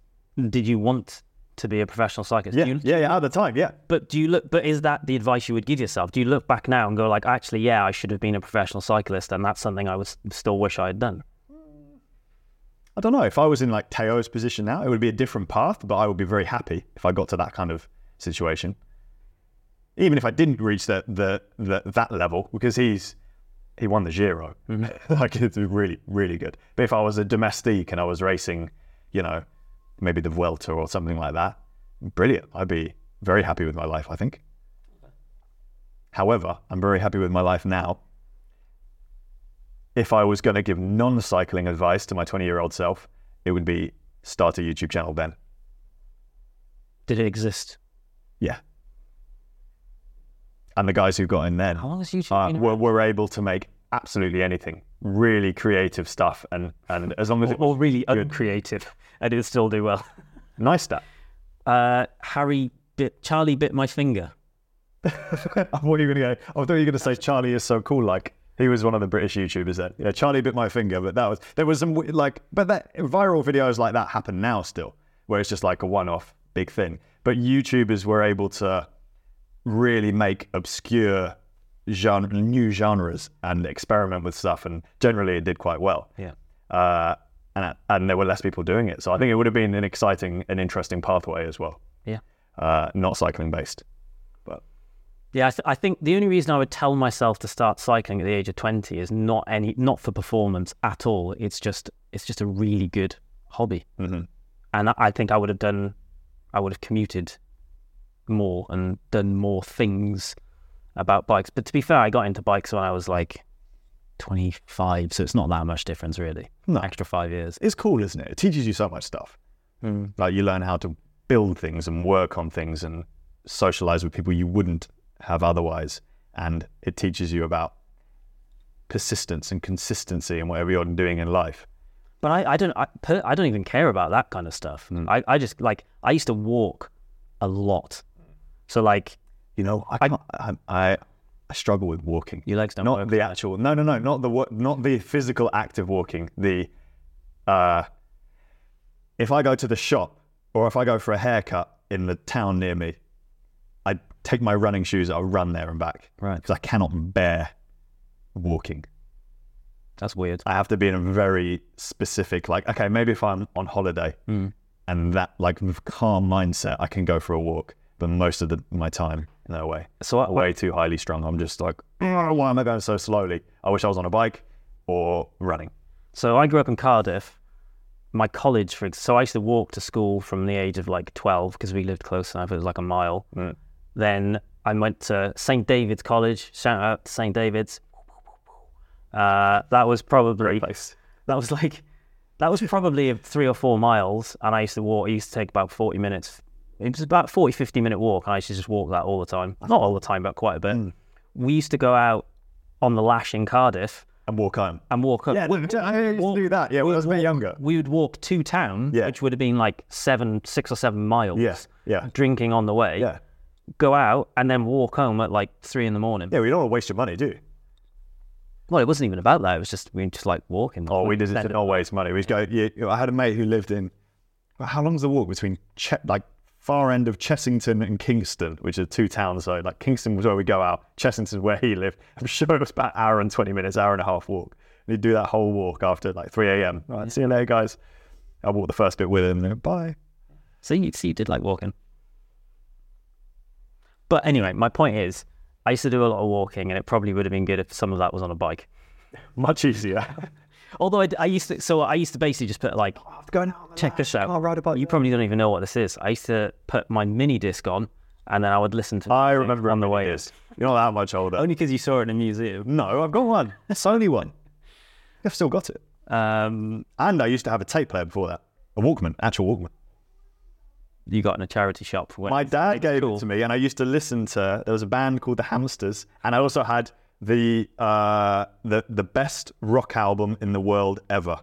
[SPEAKER 4] did you want to be a professional cyclist?
[SPEAKER 3] Yeah,
[SPEAKER 4] You-
[SPEAKER 3] yeah, yeah. At the time, yeah.
[SPEAKER 4] But do you look? But is that the advice you would give yourself? Do you look back now and go like, actually, yeah, I should have been a professional cyclist, and that's something I was still wish I had done.
[SPEAKER 3] I don't know. If I was in like Teo's position now, it would be a different path, but I would be very happy if I got to that kind of situation. Even if I didn't reach the, the, the that level, because he's he won the Giro. like it's really, really good. But if I was a domestique and I was racing, you know, maybe the Vuelta or something like that, brilliant. I'd be very happy with my life, I think. However, I'm very happy with my life now if I was going to give non cycling advice to my 20 year old self, it would be start a YouTube channel then.
[SPEAKER 4] Did it exist?
[SPEAKER 3] Yeah. And the guys who got in then
[SPEAKER 4] How long has YouTube
[SPEAKER 3] uh,
[SPEAKER 4] been
[SPEAKER 3] were,
[SPEAKER 4] around?
[SPEAKER 3] were able to make absolutely anything really creative stuff. And, and as long as
[SPEAKER 4] Or,
[SPEAKER 3] it was
[SPEAKER 4] or really
[SPEAKER 3] good.
[SPEAKER 4] uncreative, and it would still do well.
[SPEAKER 3] nice stuff.
[SPEAKER 4] Uh, Harry bit Charlie bit my finger.
[SPEAKER 3] I thought you were going to go, I thought you were going to say Charlie is so cool. Like, he was one of the British YouTubers then. Yeah, Charlie bit my finger, but that was, there was some, w- like, but that viral videos like that happen now still, where it's just like a one off big thing. But YouTubers were able to really make obscure genre, new genres and experiment with stuff. And generally, it did quite well.
[SPEAKER 4] Yeah.
[SPEAKER 3] Uh, and, and there were less people doing it. So I think it would have been an exciting and interesting pathway as well,
[SPEAKER 4] Yeah.
[SPEAKER 3] uh, not cycling based.
[SPEAKER 4] Yeah, I, th- I think the only reason I would tell myself to start cycling at the age of twenty is not any not for performance at all. It's just it's just a really good hobby,
[SPEAKER 3] Mhm.
[SPEAKER 4] and I, I think I would have done, I would have commuted more and done more things about bikes. But to be fair, I got into bikes when I was like twenty five, so it's not that much difference really.
[SPEAKER 3] No.
[SPEAKER 4] Extra five years.
[SPEAKER 3] it's cool, isn't it? It teaches you so much stuff. Like you learn how to build things and work on things and socialize with people you wouldn't have otherwise. And it teaches you about persistence and consistency and whatever you're doing in life.
[SPEAKER 4] But I, I don't I, per, I don't even care about that kind of stuff. I, I just like I used to walk a lot, so like
[SPEAKER 3] You know, I can't, I, I, I struggle with walking.
[SPEAKER 4] your legs don't
[SPEAKER 3] not
[SPEAKER 4] work.
[SPEAKER 3] the actual. No, no, no, not the wo- not the physical act of walking. The uh, if I go to the shop or if I go for a haircut in the town near me, I take my running shoes. I'll run there and back.
[SPEAKER 4] Right.
[SPEAKER 3] because I cannot bear walking.
[SPEAKER 4] That's weird.
[SPEAKER 3] I have to be in a very specific, like, okay, maybe if I'm on holiday
[SPEAKER 4] Hmm.
[SPEAKER 3] and that like with calm mindset, I can go for a walk. But most of the, my time, no way.
[SPEAKER 4] So I-
[SPEAKER 3] way too highly strung. I'm just like, "Mm, why am I going so slowly? I wish I was on a bike or running.
[SPEAKER 4] So I grew up in Cardiff. My college, for ex- so I used to walk to school from the age of like twelve because we lived close enough. It was like a mile. Then I went to St David's College. Shout out to St David's. Uh, that was probably that was like that was probably three or four miles, and I used to walk. It used to take about forty minutes. It was about 40, 50 minute walk, and I used to just walk that all the time. Not all the time, but quite a bit. We used to go out on the lash in Cardiff
[SPEAKER 3] And walk home.
[SPEAKER 4] and walk up.
[SPEAKER 3] Yeah,
[SPEAKER 4] we-
[SPEAKER 3] I used to do that. Yeah, when I was a bit younger.
[SPEAKER 4] we would walk to town,
[SPEAKER 3] Yeah.
[SPEAKER 4] which would have been like seven, six or seven miles.
[SPEAKER 3] Yeah, yeah.
[SPEAKER 4] Drinking on the way.
[SPEAKER 3] Yeah.
[SPEAKER 4] Go out and then walk home at like three in the morning.
[SPEAKER 3] Yeah, we don't want to waste your money, do you?
[SPEAKER 4] Well, it wasn't even about that. It was just we just like walking.
[SPEAKER 3] Oh, we did it to not waste money. We'd go. Yeah, you know, I had a mate who lived in. well, How long's the walk between che- like far end of Chessington and Kingston, which are two towns? So like Kingston was where we go out. Chessington where he lived. I'm sure it was about an hour and twenty minutes, hour and a half walk. And he'd do that whole walk after like 3 a.m. Right, see you later, guys. I walked the first bit with him. And then, Bye.
[SPEAKER 4] So you see, you did like walking. But anyway, my point is, I used to do a lot of walking, and it probably would have been good if some of that was on a bike.
[SPEAKER 3] Much easier.
[SPEAKER 4] Although I, d- I used to, so I used to basically just put like,
[SPEAKER 3] Oh,
[SPEAKER 4] check this out. You probably don't even know what this is. I used to put my mini disc on and then I would listen to.
[SPEAKER 3] I
[SPEAKER 4] music
[SPEAKER 3] remember
[SPEAKER 4] on the
[SPEAKER 3] what
[SPEAKER 4] way.
[SPEAKER 3] it is. You're not that much older.
[SPEAKER 4] Only because you saw it in a museum.
[SPEAKER 3] no, I've got one. It's only one. I've still got it.
[SPEAKER 4] Um,
[SPEAKER 3] And I used to have a tape player before that. A Walkman, actual Walkman.
[SPEAKER 4] you got in a charity shop. When
[SPEAKER 3] My dad gave it to me, and I used to listen to. There was a band called the Hamsters, and I also had the uh, the the best rock album in the world ever,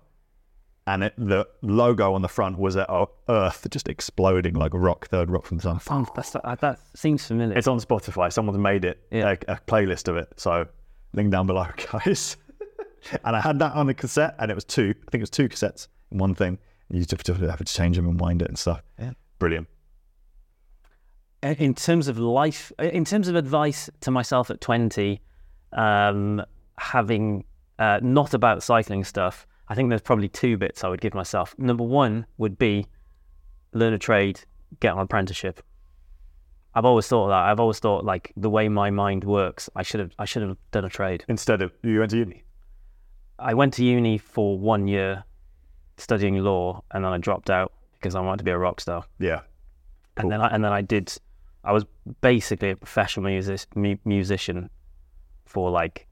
[SPEAKER 3] and it, the logo on the front was a, a Earth just exploding like rock, third rock from the sun.
[SPEAKER 4] Oh, that's, uh, that seems familiar.
[SPEAKER 3] It's on Spotify. Someone's made it
[SPEAKER 4] Yeah.
[SPEAKER 3] a, a playlist of it. So link down below, guys. and I had that on a cassette, and it was two. I think it was two cassettes in one thing. And you just have to change them and wind it and stuff.
[SPEAKER 4] Yeah.
[SPEAKER 3] Brilliant.
[SPEAKER 4] in in terms of life, in terms of advice to myself at 20, um, having uh, not about cycling stuff, I think there's probably two bits I would give myself. Number one would be learn a trade, get an apprenticeship. I've always thought that. I've always thought like the way my mind works, I should have I should have done a trade.
[SPEAKER 3] Instead of you went to uni.
[SPEAKER 4] I went to uni for one year studying law and then I dropped out because I wanted to be a rock star.
[SPEAKER 3] Yeah.
[SPEAKER 4] and then I, and then I did. I was basically a professional music, mu- musician for like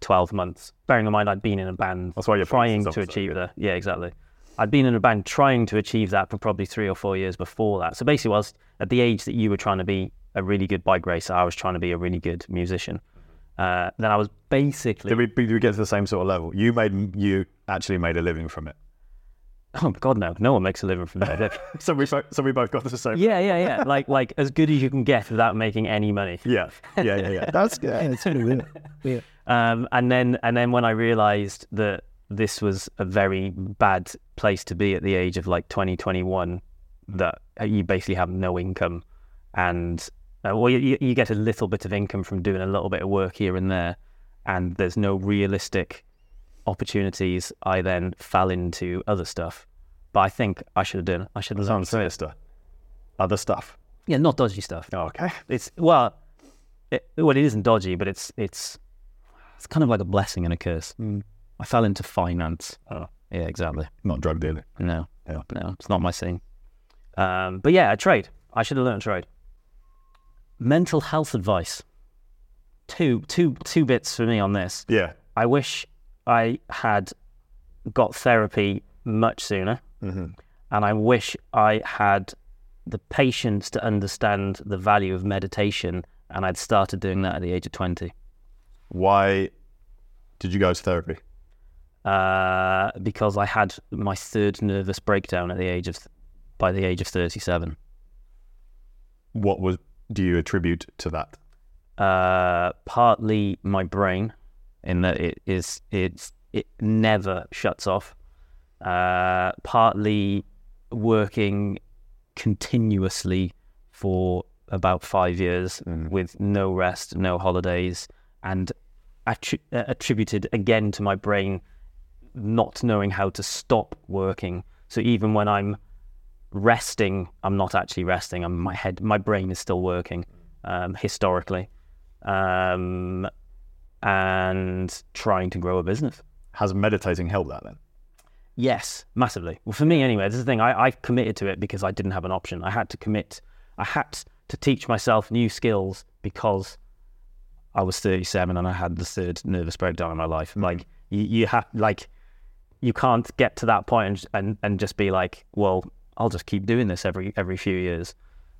[SPEAKER 4] twelve months. Bearing in mind, I'd been in a band
[SPEAKER 3] That's why you're
[SPEAKER 4] trying
[SPEAKER 3] focused
[SPEAKER 4] to
[SPEAKER 3] on something,
[SPEAKER 4] achieve that. Yeah, exactly. I'd been in a band trying to achieve that for probably three or four years before that. So basically, whilst at the age that you were trying to be a really good bike racer, I was trying to be a really good musician. Uh, then I was basically
[SPEAKER 3] Did we, did we get to the same sort of level? You made you actually made a living from it.
[SPEAKER 4] oh god no, no one makes a living from that.
[SPEAKER 3] So we fo- so we both got to the same.
[SPEAKER 4] yeah, yeah, yeah. Like like as good as you can get without making any money.
[SPEAKER 3] yeah, yeah, yeah. yeah. That's good. It's really good.
[SPEAKER 4] Um, and then and then when I realised that this was a very bad place to be at the age of like 20, 21, that uh, you basically have no income, and uh, well, you, you get a little bit of income from doing a little bit of work here and there, and there's no realistic opportunities. I then fell into other stuff, but I think I should have done. I should have done.
[SPEAKER 3] Sounds sinister. Other stuff. Oh,
[SPEAKER 4] Yeah, not dodgy stuff.
[SPEAKER 3] okay.
[SPEAKER 4] It's well, it, well, it isn't dodgy, but it's it's it's kind of like a blessing and a curse. I fell into finance.
[SPEAKER 3] Hmm. Oh.
[SPEAKER 4] Yeah, exactly.
[SPEAKER 3] Not drug dealing.
[SPEAKER 4] No,
[SPEAKER 3] Yeah.
[SPEAKER 4] no, it's not my scene. Um, but yeah, a trade. I should have learned a trade. Mental health advice. Two, two, two bits for me on this.
[SPEAKER 3] Yeah.
[SPEAKER 4] I wish I had got therapy much sooner,
[SPEAKER 3] Mm-hmm.
[SPEAKER 4] and I wish I had the patience to understand the value of meditation, and I'd started doing that at the age of twenty.
[SPEAKER 3] Why did you go to therapy?
[SPEAKER 4] Uh, because I had my third nervous breakdown at the age of, by the age of thirty-seven.
[SPEAKER 3] What was do you attribute to that?
[SPEAKER 4] Uh, partly my brain, in that it is it's it never shuts off. Uh, partly working continuously for about five years with no rest, no holidays, and attri- uh, attributed again to my brain not knowing how to stop working. So even when I'm resting, I'm not actually resting. I'm, my head, my brain is still working. Um, historically, um, and trying to grow a business.
[SPEAKER 3] Has meditating helped that then?
[SPEAKER 4] Yes, massively. Well, for me anyway, this is the thing. I, I committed to it because I didn't have an option. I had to commit. I had to teach myself new skills because I was 37 and I had the third nervous breakdown in my life. Like you, you have like you can't get to that point and, j- and and just be like, well, I'll just keep doing this every every few years.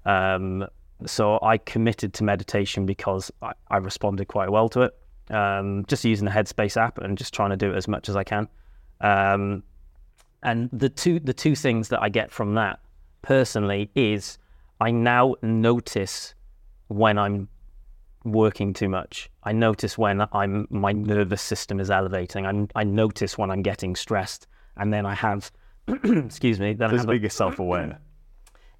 [SPEAKER 4] Um, so I committed to meditation because I, I responded quite well to it. Um, just using the Headspace app and just trying to do it as much as I can. Um, and the two the two things that I get from that personally is I now notice when I'm working too much. I notice when I'm my nervous system is elevating. I'm, I notice when I'm getting stressed, and then I have excuse me. Then I
[SPEAKER 3] There's
[SPEAKER 4] have
[SPEAKER 3] a
[SPEAKER 4] a-
[SPEAKER 3] bigger self awareness.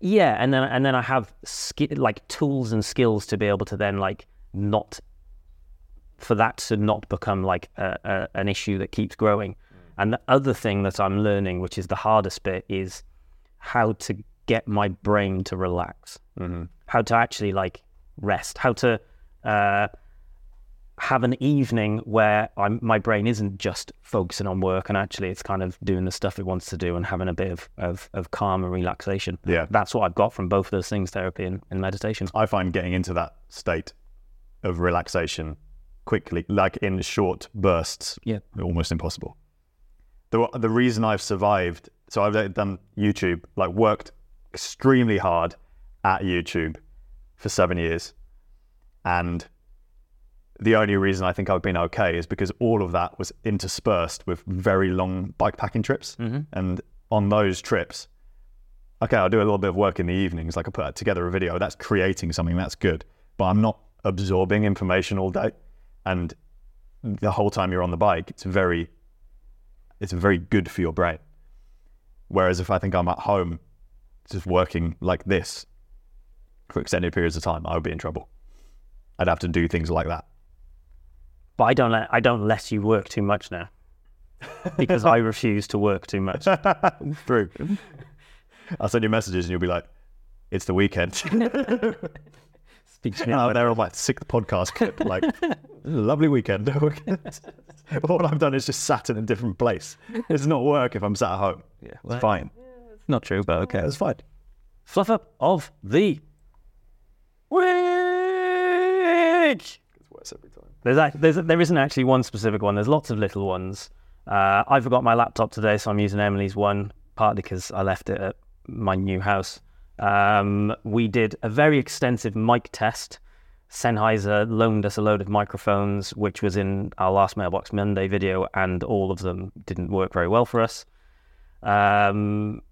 [SPEAKER 4] yeah, and then and then I have ski- like tools and skills to be able to then like not for that to not become like a, a, an issue that keeps growing. And the other thing that I'm learning, which is the hardest bit, is how to get my brain to relax, mm-hmm. how to actually like rest, how to uh, have an evening where I'm, my brain isn't just focusing on work and actually it's kind of doing the stuff it wants to do and having a bit of, of, of calm and relaxation.
[SPEAKER 3] Yeah.
[SPEAKER 4] That's what I've got from both of those things, therapy and, and meditation.
[SPEAKER 3] I find getting into that state of relaxation quickly, like in short bursts,
[SPEAKER 4] Yeah.
[SPEAKER 3] almost impossible. The the reason I've survived, so I've like, done YouTube, like worked extremely hard at YouTube for seven years, and the only reason I think I've been okay is because all of that was interspersed with very long bike packing trips, and on those trips. Okay, I'll do a little bit of work in the evenings. Like I put together a video. That's creating something. That's good. But I'm not absorbing information all day. And the whole time you're on the bike, it's very, it's very good for your brain. Whereas if I think I'm at home, just working like this for extended periods of time, I would be in trouble. I'd have to do things like that.
[SPEAKER 4] But I don't let I don't let you work too much now. because I refuse to work too much.
[SPEAKER 3] True. I'll send you messages and you'll be like, "It's the weekend."
[SPEAKER 4] Speaks to me
[SPEAKER 3] and I'm there on my sixth podcast clip, like, "Lovely weekend." All I've done is just sat in a different place. It's not work if I'm sat at home. Yeah, it's fine.
[SPEAKER 4] Not true, but okay.
[SPEAKER 3] It's fine.
[SPEAKER 4] Fluff up of the week. There's, ac- there's there isn't actually one specific one. There's lots of little ones. Uh, I forgot my laptop today, so I'm using Emily's one partly because I left it at my new house. Um, we did a very extensive mic test. Sennheiser loaned us a load of microphones, which was in our last Mailbox Monday video, and all of them didn't work very well for us. Um,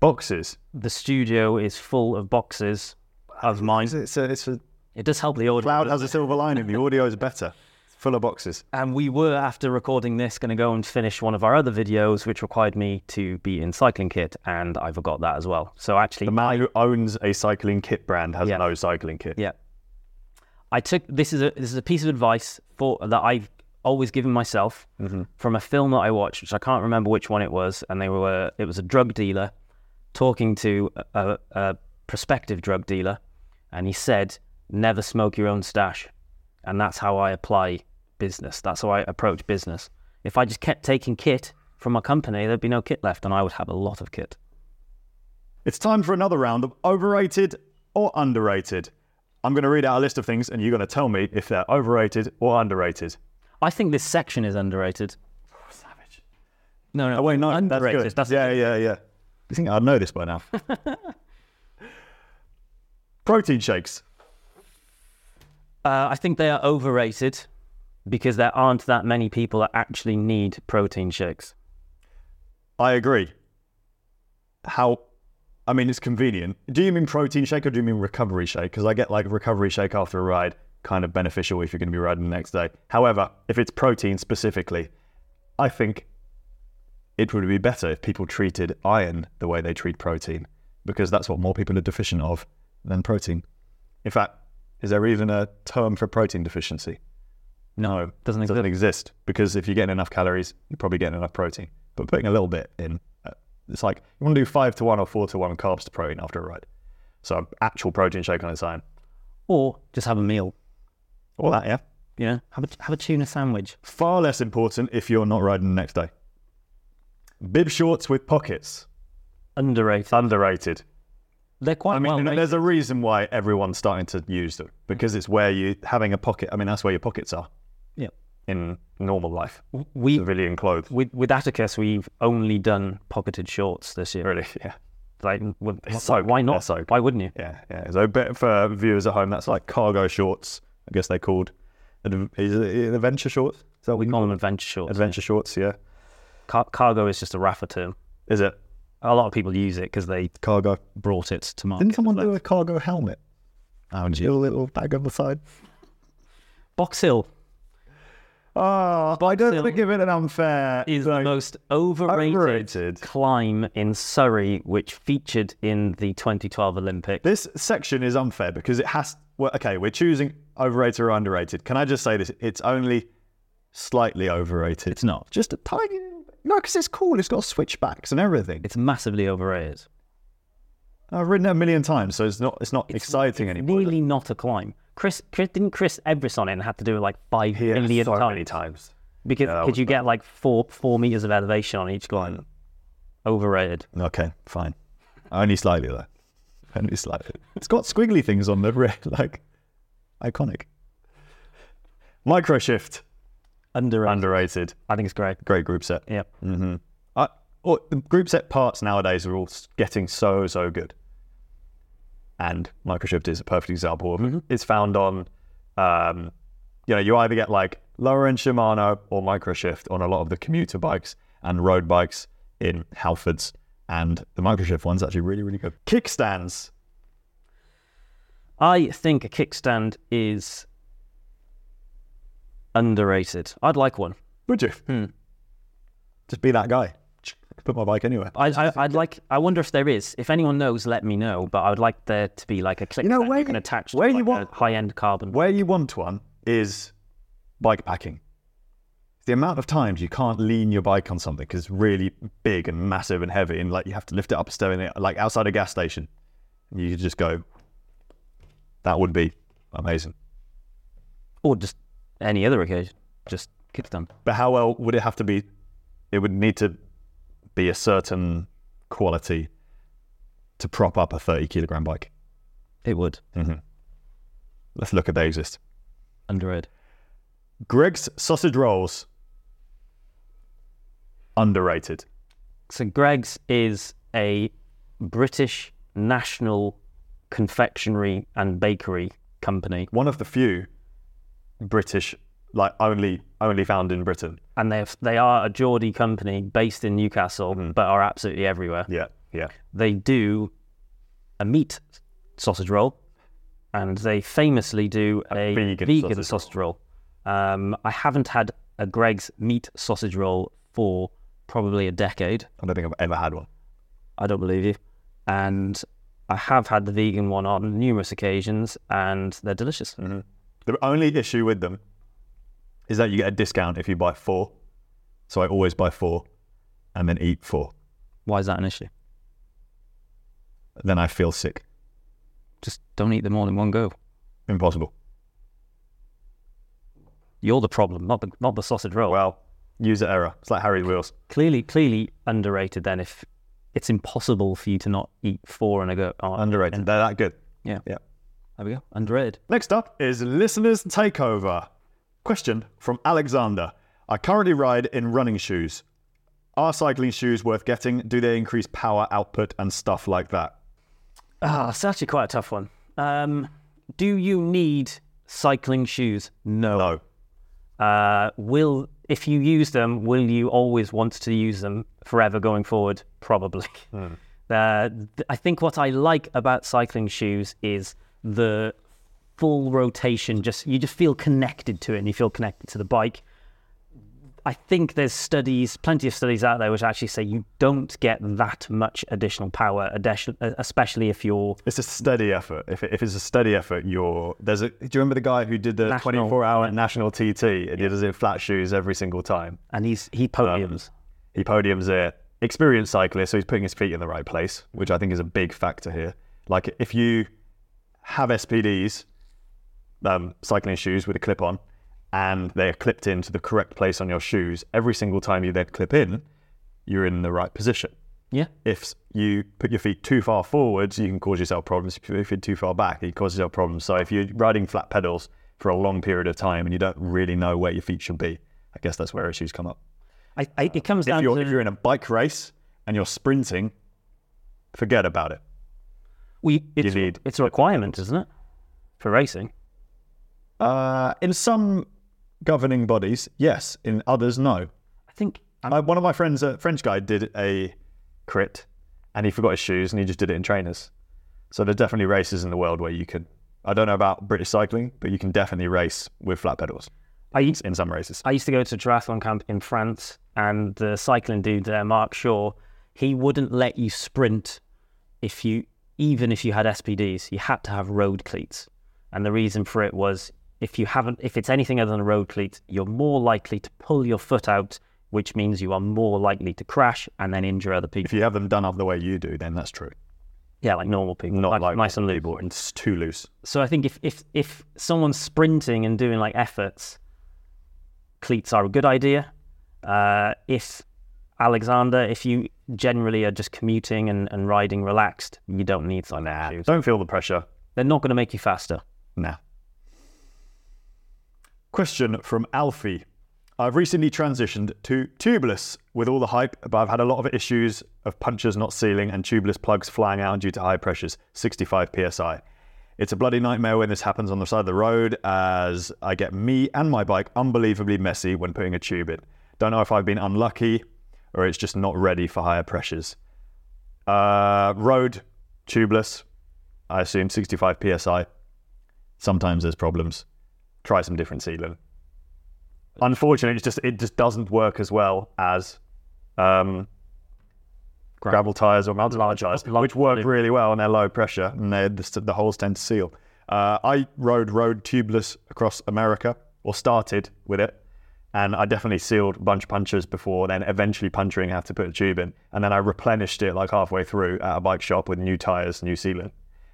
[SPEAKER 3] Boxes.
[SPEAKER 4] the studio is full of boxes of mine.
[SPEAKER 3] It's a, it's a
[SPEAKER 4] It does help the audio.
[SPEAKER 3] cloud has a silver lining. The audio is better. It's full of boxes.
[SPEAKER 4] And we were, after recording this, going to go and finish one of our other videos, which required me to be in cycling kit, and I forgot that as well. So actually,
[SPEAKER 3] The man who owns a cycling kit brand has
[SPEAKER 4] Yeah.
[SPEAKER 3] no cycling kit.
[SPEAKER 4] yeah, I took this is a this is a piece of advice for that I've always given myself from a film that I watched, which I can't remember which one it was, and they were it was a drug dealer talking to a, a, a prospective drug dealer, and he said, "Never smoke your own stash," and that's how I apply business. That's how I approach business. If I just kept taking kit from my company, there'd be no kit left, and I would have a lot of kit.
[SPEAKER 3] It's time for another round of overrated or underrated. I'm going to read out a list of things and you're going to tell me if they're overrated or underrated.
[SPEAKER 4] I think this section is underrated. Savage. No, no.
[SPEAKER 3] Oh, wait, no,
[SPEAKER 4] underrated.
[SPEAKER 3] that's good. yeah, yeah, yeah. You think I'd know this by now? Protein shakes.
[SPEAKER 4] Uh, I think they are overrated because there aren't that many people that actually need protein shakes.
[SPEAKER 3] I agree. How? I mean, it's convenient. Do you mean protein shake or do you mean recovery shake? Because I get like recovery shake after a ride, kind of beneficial if you're going to be riding the next day. However, if it's protein specifically, I think it would be better if people treated iron the way they treat protein, because that's what more people are deficient of than protein. In fact, is there even a term for protein deficiency? No,
[SPEAKER 4] doesn't
[SPEAKER 3] doesn't exist because if you're getting enough calories, you're probably getting enough protein. But putting a little bit in, uh, it's like you want to do five to one or four to one carbs to protein after a ride. So actual protein shake on its own.
[SPEAKER 4] Or just have a meal.
[SPEAKER 3] All that, yeah.
[SPEAKER 4] You know, have a have a tuna sandwich.
[SPEAKER 3] Far less important if you're not riding the next day. Bib shorts with pockets,
[SPEAKER 4] Underrated.
[SPEAKER 3] underrated.
[SPEAKER 4] They're quite
[SPEAKER 3] I mean,
[SPEAKER 4] well.
[SPEAKER 3] you know,
[SPEAKER 4] made.
[SPEAKER 3] there's a reason why everyone's starting to use them because it's where you having a pocket. I mean, that's where your pockets are
[SPEAKER 4] yeah.
[SPEAKER 3] in normal life,
[SPEAKER 4] We
[SPEAKER 3] civilian clothes.
[SPEAKER 4] with with Atticus, we've only done pocketed shorts this year.
[SPEAKER 3] Really, yeah.
[SPEAKER 4] Like, w-
[SPEAKER 3] It's
[SPEAKER 4] why-
[SPEAKER 3] so-
[SPEAKER 4] why
[SPEAKER 3] they're
[SPEAKER 4] not?
[SPEAKER 3] so-
[SPEAKER 4] why wouldn't you?
[SPEAKER 3] Yeah, yeah. So but for viewers at home, that's like cargo shorts, I guess they're called. Ad- Is it adventure shorts? Is that what
[SPEAKER 4] We
[SPEAKER 3] you
[SPEAKER 4] call them adventure shorts.
[SPEAKER 3] Adventure shorts, yeah.
[SPEAKER 4] Car- cargo is just a raffle term.
[SPEAKER 3] Is it
[SPEAKER 4] A lot of people use it because they
[SPEAKER 3] cargo?
[SPEAKER 4] brought it to market.
[SPEAKER 3] Didn't someone do a cargo helmet? Oh, gee. A little bag on the side.
[SPEAKER 4] Box Hill
[SPEAKER 3] Ah, but I don't
[SPEAKER 4] Still
[SPEAKER 3] want to give it an unfair.
[SPEAKER 4] is the
[SPEAKER 3] like,
[SPEAKER 4] most overrated,
[SPEAKER 3] Overrated.
[SPEAKER 4] climb in Surrey, which featured in the 2012 Olympics.
[SPEAKER 3] This section is unfair because it has. Well, okay, we're choosing overrated or underrated. Can I just say this? It's only slightly overrated. It's
[SPEAKER 4] not.
[SPEAKER 3] Just a tiny. little bit. No, because it's cool. It's got switchbacks and everything.
[SPEAKER 4] It's massively overrated.
[SPEAKER 3] I've ridden it a million times, so it's not it's not exciting anymore.
[SPEAKER 4] Really not a climb. Chris, Chris didn't Chris Everest on it and had to do it like five million
[SPEAKER 3] so
[SPEAKER 4] times
[SPEAKER 3] many times.
[SPEAKER 4] because
[SPEAKER 3] Yeah, that
[SPEAKER 4] could
[SPEAKER 3] was
[SPEAKER 4] you
[SPEAKER 3] bad. Mm.
[SPEAKER 4] get like four four meters of elevation on each climb? Overrated.
[SPEAKER 3] Okay, fine. Only slightly though. Only slightly. It's got squiggly things on the rear, like iconic. Micro shift,
[SPEAKER 4] Underrated.
[SPEAKER 3] underrated.
[SPEAKER 4] I think it's great.
[SPEAKER 3] Great group set.
[SPEAKER 4] Yep.
[SPEAKER 3] Mm-hmm. I, or the group set parts nowadays are all s- getting so so good, and Microshift is a perfect example of it. It's found on, um, you know, you either get like lower end Shimano or Microshift on a lot of the commuter bikes and road bikes in Halfords, and the Microshift one's actually really really good. Kickstands,
[SPEAKER 4] I think a kickstand is underrated. I'd like one.
[SPEAKER 3] would you? Just be that guy. Put my bike anywhere.
[SPEAKER 4] I, I, I'd like. I wonder if there is. If anyone knows, let me know. But I would like there to be like a click
[SPEAKER 3] You know,
[SPEAKER 4] stand
[SPEAKER 3] where
[SPEAKER 4] can
[SPEAKER 3] you-
[SPEAKER 4] attach
[SPEAKER 3] where
[SPEAKER 4] to
[SPEAKER 3] you
[SPEAKER 4] like
[SPEAKER 3] want-
[SPEAKER 4] a high-end carbon.
[SPEAKER 3] Where you want one is bike packing. The amount of times you can't lean your bike on something because it's really big and massive and heavy, and like you have to lift it up a stair, and it- like outside a gas station, you could just go. That would be amazing.
[SPEAKER 4] or just any other occasion. Just kickstand.
[SPEAKER 3] But how well would it have to be? It would need to be a certain quality to prop up a thirty kilogram bike. Mm-hmm.
[SPEAKER 4] It would
[SPEAKER 3] Let's look at they exist.
[SPEAKER 4] underrated.
[SPEAKER 3] Greg's sausage rolls, underrated.
[SPEAKER 4] So Greg's is a British national confectionery and bakery company,
[SPEAKER 3] one of the few British, like only only found in Britain.
[SPEAKER 4] and they have, they are a Geordie company based in Newcastle,
[SPEAKER 3] Hmm.
[SPEAKER 4] but are absolutely everywhere.
[SPEAKER 3] Yeah, yeah.
[SPEAKER 4] They do a meat sausage roll, and they famously do a,
[SPEAKER 3] vegan
[SPEAKER 4] vegan,
[SPEAKER 3] sausage
[SPEAKER 4] sausage, roll. Um, I haven't had a Greg's meat sausage roll for probably a decade.
[SPEAKER 3] I don't think I've ever had one.
[SPEAKER 4] I don't believe you. And I have had the vegan one on numerous occasions, and they're delicious.
[SPEAKER 3] The only issue with them is that you get a discount if you buy four. So I always buy four and then eat four.
[SPEAKER 4] Why is that an issue?
[SPEAKER 3] Then I feel sick.
[SPEAKER 4] Just don't eat them all in one go.
[SPEAKER 3] Impossible.
[SPEAKER 4] You're the problem, not the not the sausage roll.
[SPEAKER 3] Well, user error. It's like Harry Wheels.
[SPEAKER 4] clearly, clearly underrated. Then if it's impossible for you to not eat four in a go, oh,
[SPEAKER 3] Underrated. They're that good.
[SPEAKER 4] Yeah.
[SPEAKER 3] Yeah.
[SPEAKER 4] There we go. Underrated.
[SPEAKER 3] Next up is listeners takeover. Question from Alexander. I currently ride in running shoes. Are cycling shoes worth getting? Do they increase power output and stuff like that?
[SPEAKER 4] Ah, it's actually quite a tough one. Um, do you need cycling shoes? No.
[SPEAKER 3] No.
[SPEAKER 4] Uh, will if you use them, will you always want to use them forever going forward? Probably.
[SPEAKER 3] Hmm.
[SPEAKER 4] Uh, th- I think what I like about cycling shoes is the full rotation. Just you just feel connected to it, and you feel connected to the bike. I think there's studies, plenty of studies out there, which actually say you don't get that much additional power, addition- e, especially if you're
[SPEAKER 3] It's a steady effort. If, it, if it's a steady effort, you're there's a. Do you remember the guy who did the
[SPEAKER 4] National.
[SPEAKER 3] 24 hour national TT and he does it in flat shoes every single time?
[SPEAKER 4] and he's he podiums.
[SPEAKER 3] He podiums it. Experienced cyclist, so he's putting his feet in the right place, which I think is a big factor here. Like if you have SPDs, um, cycling shoes with a clip on, and they are clipped into the correct place on your shoes, every single time you then clip in, you're in the right position.
[SPEAKER 4] yeah,
[SPEAKER 3] if you put your feet too far forwards, you can cause yourself problems. If you put your feet too far back, you cause yourself problems. So if you're riding flat pedals for a long period of time and you don't really know where your feet should be, I guess that's where issues come up.
[SPEAKER 4] I, I, it comes
[SPEAKER 3] If
[SPEAKER 4] down
[SPEAKER 3] you're,
[SPEAKER 4] to
[SPEAKER 3] if you're in a bike race and you're sprinting, forget about it.
[SPEAKER 4] we. It's,
[SPEAKER 3] need
[SPEAKER 4] it's a requirement, isn't it, for racing?
[SPEAKER 3] Uh, in some governing bodies, yes. In others, no.
[SPEAKER 4] I think I'm,
[SPEAKER 3] My, one of my friends, a French guy, did a crit and he forgot his shoes and he just did it in trainers. So there's definitely races in the world where you can, I don't know about British cycling, but you can definitely race with flat pedals
[SPEAKER 4] I
[SPEAKER 3] in some races.
[SPEAKER 4] I used to go to a triathlon camp in France, and the cycling dude there, Mark Shaw, he wouldn't let you sprint if you, even if you had SPDs, you had to have road cleats. And the reason for it was if you haven't, if it's anything other than a road cleat, you're more likely to pull your foot out, which means you are more likely to crash and then injure other people.
[SPEAKER 3] If you have them done up the way you do, then that's true.
[SPEAKER 4] Yeah, like normal people,
[SPEAKER 3] Not
[SPEAKER 4] like,
[SPEAKER 3] like
[SPEAKER 4] nice and loose.
[SPEAKER 3] People, and it's too loose.
[SPEAKER 4] So I think if, if if someone's sprinting and doing like efforts, cleats are a good idea. Uh, if Alexander, if you generally are just commuting and, and riding relaxed, you don't need cycling shoes.
[SPEAKER 3] Don't feel the pressure.
[SPEAKER 4] They're not going to make you faster.
[SPEAKER 3] Nah. Question from Alfie. I've recently transitioned to tubeless with all the hype, but I've had a lot of issues of punches not sealing and tubeless plugs flying out due to high pressures, 65 psi. It's a bloody nightmare when this happens on the side of the road, as I get me and my bike unbelievably messy when putting a tube in. Don't know if I've been unlucky or it's just not ready for higher pressures. Uh, road, tubeless, I assume 65 psi sometimes there's problems. Try some different sealant. Unfortunately, it's just it just doesn't work as well as um, gravel tires or mountain large tires,
[SPEAKER 4] large-
[SPEAKER 3] which work really well and they're low pressure and they the, the holes tend to seal. Uh, I rode road tubeless across America or started with it, and I definitely sealed a bunch of punches before. Then eventually punching had to put a tube in, and then I replenished it like halfway through at a bike shop with new tires, new sealant,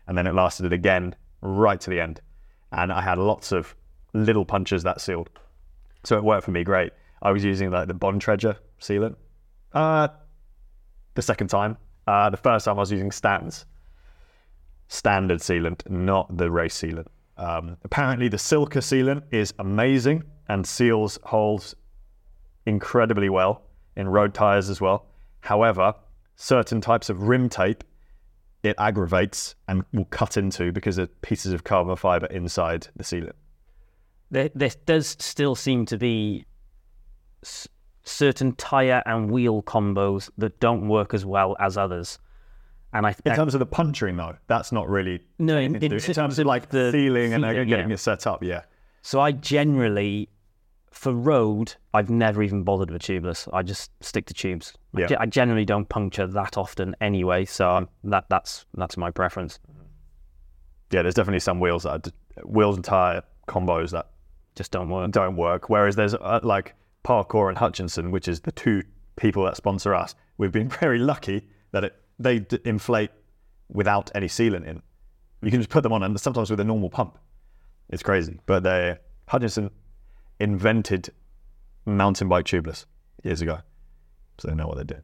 [SPEAKER 3] and then it lasted it again right to the end and I had lots of little punches that sealed. So it worked for me great. I was using like the Bond Treasure sealant. Uh, the second time, uh, the first time I was using Stans, standard sealant, not the race sealant. Um, apparently, the Silka sealant is amazing and seals holes incredibly well in road tires as well. However, certain types of rim tape it aggravates and will cut into because there's pieces of carbon fiber inside the sealant.
[SPEAKER 4] There, there does still seem to be s- certain tire and wheel combos that don't work as well as others. And I,
[SPEAKER 3] In
[SPEAKER 4] I-
[SPEAKER 3] terms of the puncturing, though, that's not really
[SPEAKER 4] no, in,
[SPEAKER 3] anything to do.
[SPEAKER 4] in,
[SPEAKER 3] in, terms of like the sealing and uh,
[SPEAKER 4] sealing,
[SPEAKER 3] getting
[SPEAKER 4] yeah.
[SPEAKER 3] it set up. Yeah,
[SPEAKER 4] So I generally, for road, I've never even bothered with tubeless. I just stick to tubes. I
[SPEAKER 3] Yeah.
[SPEAKER 4] ge- I generally don't puncture that often anyway, so I'm, that that's that's my preference.
[SPEAKER 3] yeah. There's definitely some wheels that are d- wheels and tire combos that
[SPEAKER 4] Just don't work.
[SPEAKER 3] don't work. Whereas there's uh, like Parkour and Hutchinson, which is the two people that sponsor us. We've been very lucky that it, they d- inflate without any sealant in. You can just put them on, and sometimes with a normal pump, it's crazy. But they Hutchinson invented mountain bike tubeless years ago, so they know what they're doing.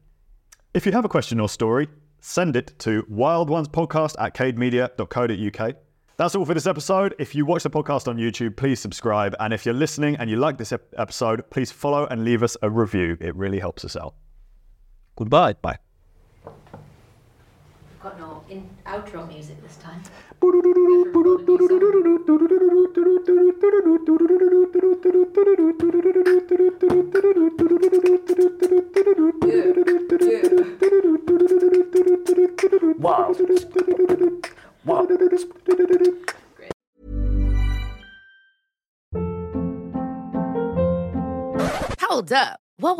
[SPEAKER 3] If you have a question or story, send it to wildonespodcast at cademedia.co.uk. That's all for this episode. If you watch the podcast on YouTube, please subscribe. And if you're listening and you like this ep- episode, please follow and leave us a review. It really helps us out. Goodbye. Bye.
[SPEAKER 6] I've got no in- outro music this time.
[SPEAKER 1] Hold up. What